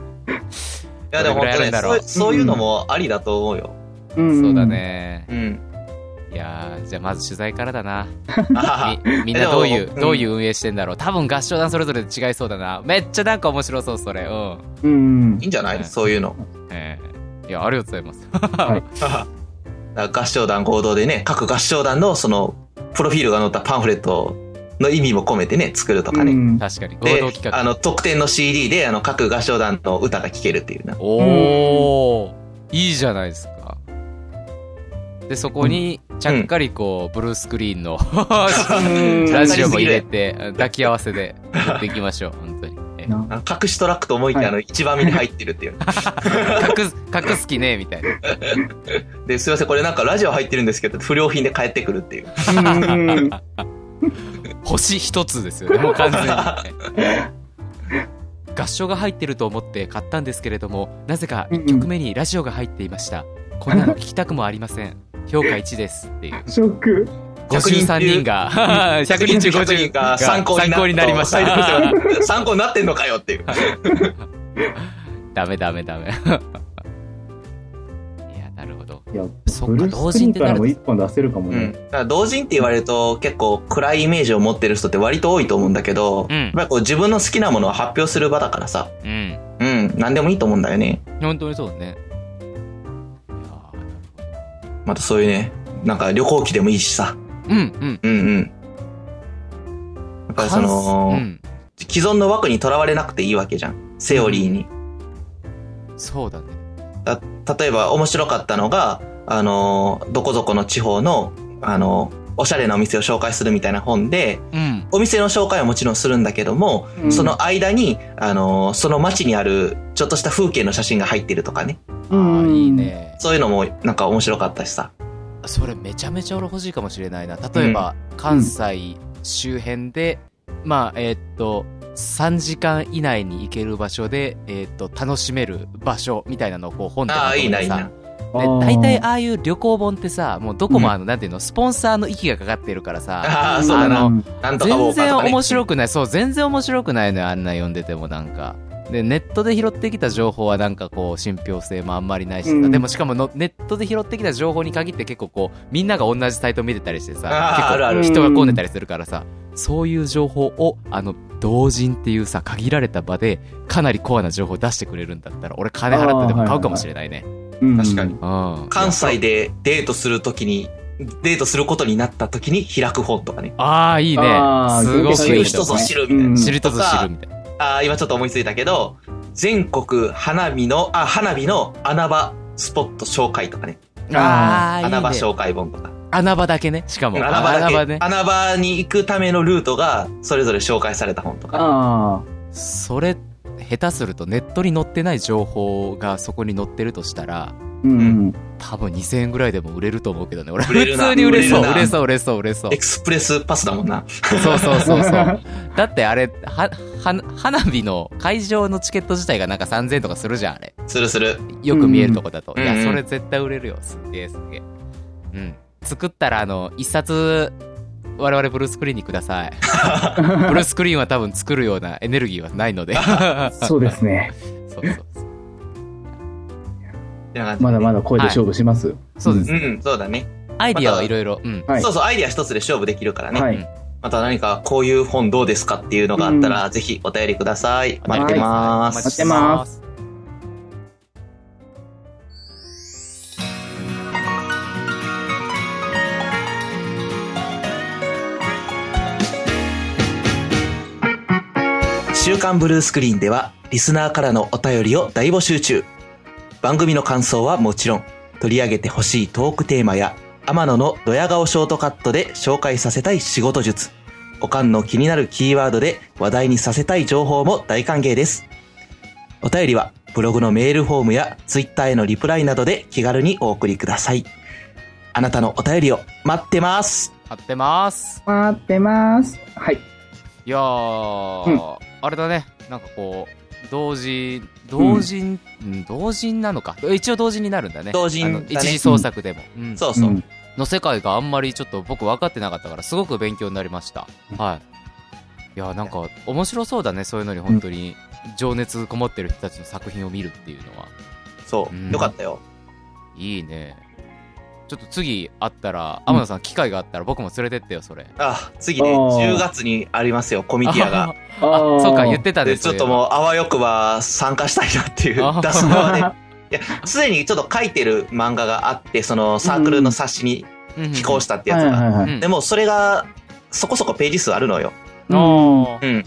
Speaker 3: いやでも
Speaker 2: どれぐらいあるん
Speaker 3: 本当ね
Speaker 2: だ
Speaker 3: そ
Speaker 2: ろ
Speaker 3: う
Speaker 2: う
Speaker 3: い、そういうのもありだと思うよ。
Speaker 1: うん
Speaker 2: そうだ。ね。
Speaker 3: うん。
Speaker 2: いやーじゃあまず取材からだな。
Speaker 3: あはは
Speaker 2: みみんなどういう、
Speaker 3: でもうん
Speaker 2: どういう運営してんだろう。多分合唱団それぞれで違いそうだな。めっちゃなんか面白そう、それ。うん。
Speaker 1: うん
Speaker 3: いい。んじゃな
Speaker 2: ね
Speaker 3: いそういうの。
Speaker 2: えーいや、ありがとうございます。
Speaker 3: だ から合唱団合同でね、各合唱団のその、プロフィールが載ったパンフレットの意味も込めてね、作るとかね。
Speaker 1: うん
Speaker 2: 確かに、合
Speaker 3: で
Speaker 2: 同企、
Speaker 3: あ
Speaker 2: 画。
Speaker 3: の、特典の CD で、あの、各合唱団の歌が聴けるっていうな。
Speaker 2: おー、いいじゃないですか。で、そこに、ちゃっかりこう、ブルースクリーンの
Speaker 1: うん
Speaker 2: ラジオも入れて、抱き合わせで、やっていきましょう、本当に。えー
Speaker 1: な
Speaker 3: あの隠しトラックと思いきや、あの、一番目に入ってるっ ていう。
Speaker 2: 隠す、隠す気ね、みたいな。
Speaker 3: で、すいません、これなんかラジオ入ってるんですけど、不良品で帰ってくるっ ていう。
Speaker 1: うんうん
Speaker 2: 星一つですよね、もう完全に。合唱が入ってると思って買ったんですけれども、なぜか1曲目にラジオが入っていました。こんなの聞きたくもありません。評価1ですっていう。
Speaker 1: ショック。
Speaker 2: 53人が、100人中50人が
Speaker 3: 参考にな
Speaker 2: りました。
Speaker 3: た。 参考になってんのか よっていう。
Speaker 2: ダメダメダメ。いや、なるほど。
Speaker 1: いや、
Speaker 2: そ
Speaker 1: ブ
Speaker 2: っか、
Speaker 1: ルー
Speaker 2: 同
Speaker 1: ス・クリーン
Speaker 2: 人って
Speaker 1: か
Speaker 2: な
Speaker 1: らも
Speaker 2: る
Speaker 1: 一本出せるかも
Speaker 3: う
Speaker 1: ね
Speaker 3: ん、だ。から同人って言われると結構暗いイメージを持ってる人って割と多いと思うんだけど、
Speaker 2: うん
Speaker 3: やっぱりこう自分の好きなものを発表する場だからさ、
Speaker 2: と。うん。
Speaker 3: うん、何でもいいと思うんだよね。
Speaker 2: 本当にそうね。いや
Speaker 3: またそういうね、なんか旅行記でもいいしさ、
Speaker 2: ーうん、うん。
Speaker 3: うんうん。やっぱりその、
Speaker 2: うん。
Speaker 3: 既存の枠にとらわれなくていいわけじゃん。セオリーに。
Speaker 2: そうだね。
Speaker 3: だ例えば面白かったのが、あの、どこどこの地方の、あの、おしゃれなお店を紹介するみたいな本で、
Speaker 2: うん。
Speaker 3: お店の紹介はもちろんするんだけども、
Speaker 1: うん
Speaker 3: その間に、あの、その街にある、ちょっとした風景の写真が入ってるとかね。
Speaker 2: ああ、いい。ね。
Speaker 3: そういうのも、なんか面白かったしさ。
Speaker 2: それめちゃめちゃ俺欲しいかもしれないな例えば、関西周辺で、まあえーっと3時間以内に行ける場所で、えーっと楽しめる場所みたいなのをこう本で
Speaker 3: ああ、
Speaker 2: まと
Speaker 3: いい
Speaker 2: め
Speaker 3: な、
Speaker 2: て
Speaker 3: いい
Speaker 2: さ
Speaker 3: な。
Speaker 1: あ
Speaker 2: で
Speaker 1: ー
Speaker 2: 大体ああいう旅行本ってさもうどこもあの、なんていうのスポンサーの息がかかってるからさ
Speaker 3: ああ、そうだ
Speaker 2: あ
Speaker 3: な。
Speaker 1: ん
Speaker 3: なんとかウ
Speaker 2: 全
Speaker 3: ォーカー
Speaker 2: 然
Speaker 3: とか、ね。
Speaker 2: 面白くないそう全然面白くないのよあんな読んでてもなんかでネットで拾ってきた情報はなんかこう信憑性もあんまりないし、
Speaker 1: うん
Speaker 2: でもしかものネットで拾ってきた情報に限って結構こうみんなが同じサイト見てたりしてさ
Speaker 3: あー
Speaker 2: 結構
Speaker 3: あるあ
Speaker 1: る
Speaker 2: 人が混んでたりするからさそういう情報をあの同人っていうさ限られた場でかなりコアな情報を出してくれるんだったら俺金払ってでも買うかもしれないね、
Speaker 1: うん
Speaker 3: 確かに
Speaker 2: うん
Speaker 3: 関西でデートするときに、デートすることになったときに開く本とかね。
Speaker 2: ああいいね
Speaker 1: あー
Speaker 2: すご
Speaker 1: そ
Speaker 2: く
Speaker 1: うう
Speaker 3: 知
Speaker 2: い
Speaker 3: る
Speaker 2: い
Speaker 3: 人
Speaker 2: と
Speaker 3: ぞ
Speaker 2: こね
Speaker 3: 知るみたいな。
Speaker 1: うん
Speaker 2: 知る人ぞ知るみたいな
Speaker 3: ああ、今ちょっと思いついたけど、全国花火の、あ、花火の穴場スポット紹介とかね。
Speaker 2: ああーいいね
Speaker 3: 穴場紹介本とか。
Speaker 2: 穴場だけねしかも
Speaker 3: 穴場だけ。
Speaker 2: 穴場
Speaker 3: 穴場,、
Speaker 2: ね
Speaker 3: に行くためのルートが、それぞれ紹介された本とか。
Speaker 1: あ
Speaker 2: それ下手するとネットに載ってない情報がそこに載ってるとしたら
Speaker 1: あ。うん。
Speaker 2: 多分2000円ぐらいでも売れると思うけどね俺
Speaker 3: 売れる
Speaker 2: 普
Speaker 3: な
Speaker 2: 通に売れそう
Speaker 3: 売
Speaker 2: 売
Speaker 3: れ
Speaker 2: れ
Speaker 3: る
Speaker 2: そう売れそう売れそう
Speaker 3: エクスプレスパスだもんな。
Speaker 2: そうそうそうそうだってあれはは花火の会場のチケット自体がなんか3000円とかするじゃんあれ
Speaker 3: するする。
Speaker 2: よく見えるとこだと、
Speaker 3: うん
Speaker 2: いうや
Speaker 3: ん
Speaker 2: それ絶対売れるよすっげえすっげえうん作ったらあの一冊我々ブルースクリーンにください。ブルースクリーンは多分作るようなエネルギーはないので。
Speaker 1: そうですね。
Speaker 2: そうそうそう
Speaker 3: てな感じ
Speaker 1: まだまだ声で勝負します。
Speaker 2: そうです。
Speaker 3: うん、そうだね。
Speaker 2: アイディアはいろいろ。うん。
Speaker 1: はい
Speaker 3: そうそう、アイディア一つで勝負できるからね。
Speaker 1: はい。
Speaker 3: また何かこういう本どうですかっていうのがあったら、ぜひお便りください。待ってま
Speaker 1: 待
Speaker 3: す。
Speaker 1: ってます。
Speaker 3: 週刊ブルースクリーンでは、リスナーからのお便りを大募集中。番組の感想はもちろん、取り上げてほしいトークテーマや、天野のドヤ顔ショートカットで紹介させたい仕事術、おかんの気になるキーワードで話題にさせたい情報も大歓迎です。お便りは、ブログのメールフォームや、ツイッターへのリプライなどで気軽にお送りください。あなたのお便りを待ってます。
Speaker 2: 待ってます。
Speaker 1: 待ってます。はい。
Speaker 2: いやー、あれだね。なんかこう、同時、同人、うん同人なのか。一応同人になるんだね。
Speaker 3: 同人
Speaker 2: あ
Speaker 3: だね
Speaker 2: の一次創作でも。うん
Speaker 3: そうそう。
Speaker 1: ん
Speaker 2: の世界があんまりちょっと僕分かってなかったからすごく勉強になりました。はい。いやなんか面白そうだねそういうのに本当に情熱こもってる人たちの作品を見るっていうのは
Speaker 3: そうう。
Speaker 2: ん
Speaker 3: よかったよ。
Speaker 2: いいね。ちょっと次あったら天野さん機会があったら僕も連れてってよそれ。
Speaker 3: あ、次ね、
Speaker 1: あー
Speaker 3: 10月にありますよ、コミティアが。
Speaker 1: あ
Speaker 2: あ
Speaker 1: ー
Speaker 2: そうか言ってたで
Speaker 3: で、
Speaker 2: す
Speaker 3: ちょっともう、あわよくば参加したいなっていう
Speaker 2: あー、
Speaker 3: 出すのはね。いや、すでにちょっと書いてる漫画があって、そのサークルの冊子に寄稿
Speaker 2: し
Speaker 3: したってや
Speaker 1: は
Speaker 3: つ
Speaker 1: いは
Speaker 3: が。
Speaker 1: いはい。
Speaker 2: い
Speaker 3: でも、それが、そこそこページ数あるのよ。
Speaker 1: うん
Speaker 3: うん。20、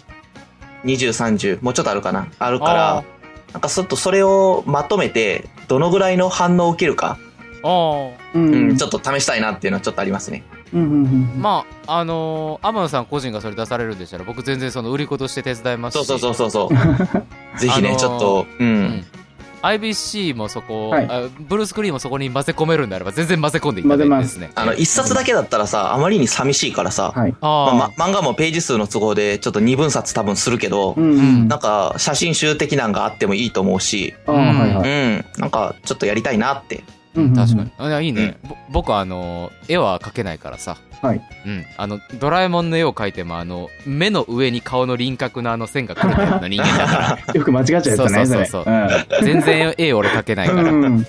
Speaker 3: 30、もうちょっとあるかな。あるか
Speaker 2: あ
Speaker 3: ら、なんかちょっとそれをまとめて、どのぐらいの反応を受けるか、
Speaker 2: あ
Speaker 1: う
Speaker 3: うん、ちょ
Speaker 1: っ
Speaker 3: っと試したいなっていうのはちょっとありますね。
Speaker 1: と。うんうんうん
Speaker 2: あまああのー天野さん個人がそれ出されるんでしたら僕全然その売り子として手伝いますし
Speaker 3: そうそうそうそうそう。ぜひ
Speaker 2: あ
Speaker 3: ね、
Speaker 2: のー
Speaker 3: ちょっと、う。
Speaker 2: うんん IBC もそこ、
Speaker 1: はい
Speaker 2: あブルースクリーンもそこに混ぜ込めるんであれば全然混ぜ込んでいただいてですね。
Speaker 3: あの、一冊だけだったらさ、あまりに寂しいからさ、
Speaker 1: はい。
Speaker 2: あー
Speaker 3: まあ、ま漫画もページ数の都合でちょっと二分冊多分するけど、
Speaker 1: うんうん。
Speaker 3: なんか写真集的なんがあってもいいと思うし、
Speaker 1: あーはいは
Speaker 3: う
Speaker 1: い
Speaker 3: ん、なんかちょっとやりたいなって。
Speaker 1: うんうん。
Speaker 2: 確かに。あいやいいね。ぼ僕、あの、絵は描けないからさ。
Speaker 1: はい。
Speaker 2: うん。あの、ドラえもんの絵を描いても、あの、目の上に顔の輪郭のあの線が描いてるような人間だか
Speaker 1: よく間違っちゃうやつだね、そ
Speaker 2: そうそう
Speaker 1: れ。
Speaker 2: そうそら、全然絵俺描けないから。ま
Speaker 1: ん。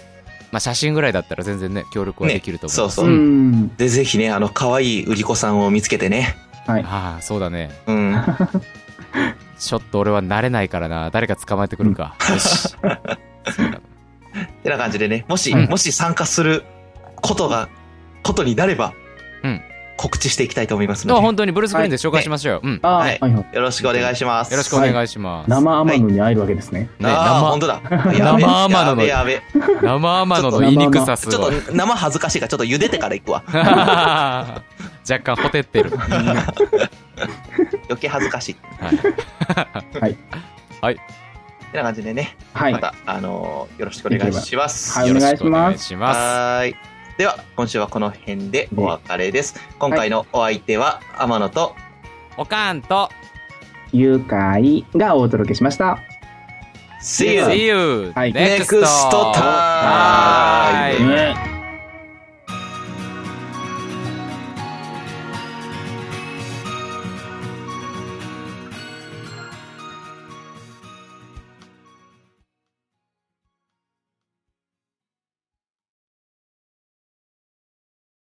Speaker 2: あ、写真ぐらいだったら全然ね、協力はできると思う。
Speaker 3: そうそうう。
Speaker 1: ん。
Speaker 3: で、ぜひね、あの、可愛い売り子さんを見つけてね。
Speaker 1: はい。
Speaker 2: ああ、そうだね。
Speaker 3: うん。
Speaker 2: ちょっと俺は慣れないからな。誰か捕まえてくるか。よし。
Speaker 3: てな感じでね、もし、
Speaker 1: うん
Speaker 3: もし参加することが、ことになれば、
Speaker 2: うん
Speaker 3: 告知していきたいと思います
Speaker 2: でも
Speaker 3: の
Speaker 2: 本当にブルース・グリーンで紹介しましょうよ。うん。
Speaker 1: あー
Speaker 3: は
Speaker 1: はいいはい。
Speaker 3: で、よろしくお願いします。
Speaker 2: よろしくお願いします。
Speaker 1: 生天野に会えるわけですね。
Speaker 2: ね
Speaker 3: ああ、
Speaker 2: 生
Speaker 3: 本当だ。やべ
Speaker 2: 生天野
Speaker 3: や
Speaker 2: の
Speaker 3: べやべ。
Speaker 2: 生天野の言いにくさす
Speaker 3: ち
Speaker 2: ご
Speaker 3: ょ
Speaker 2: い。
Speaker 3: っと生恥ずかしいから、ちょっと茹でてから行くわ。
Speaker 2: 若干ほてってる。
Speaker 3: 余計恥ずかしい。
Speaker 2: はい。
Speaker 1: はい。
Speaker 3: てな感じでね、
Speaker 1: はい
Speaker 3: ま。た、あのーよろしくお願いします。
Speaker 1: はい
Speaker 2: よろ
Speaker 1: お願い
Speaker 2: し
Speaker 1: し
Speaker 2: くお
Speaker 1: ます
Speaker 2: 願いしま
Speaker 3: はーい。では、今週はこの辺でお別れです。今回のお相手は、天野と、
Speaker 2: す。おかんと、
Speaker 1: 誘拐がお届けしました。
Speaker 3: See you
Speaker 2: See you!
Speaker 1: はい
Speaker 2: Next
Speaker 3: next time!
Speaker 2: はい
Speaker 1: ね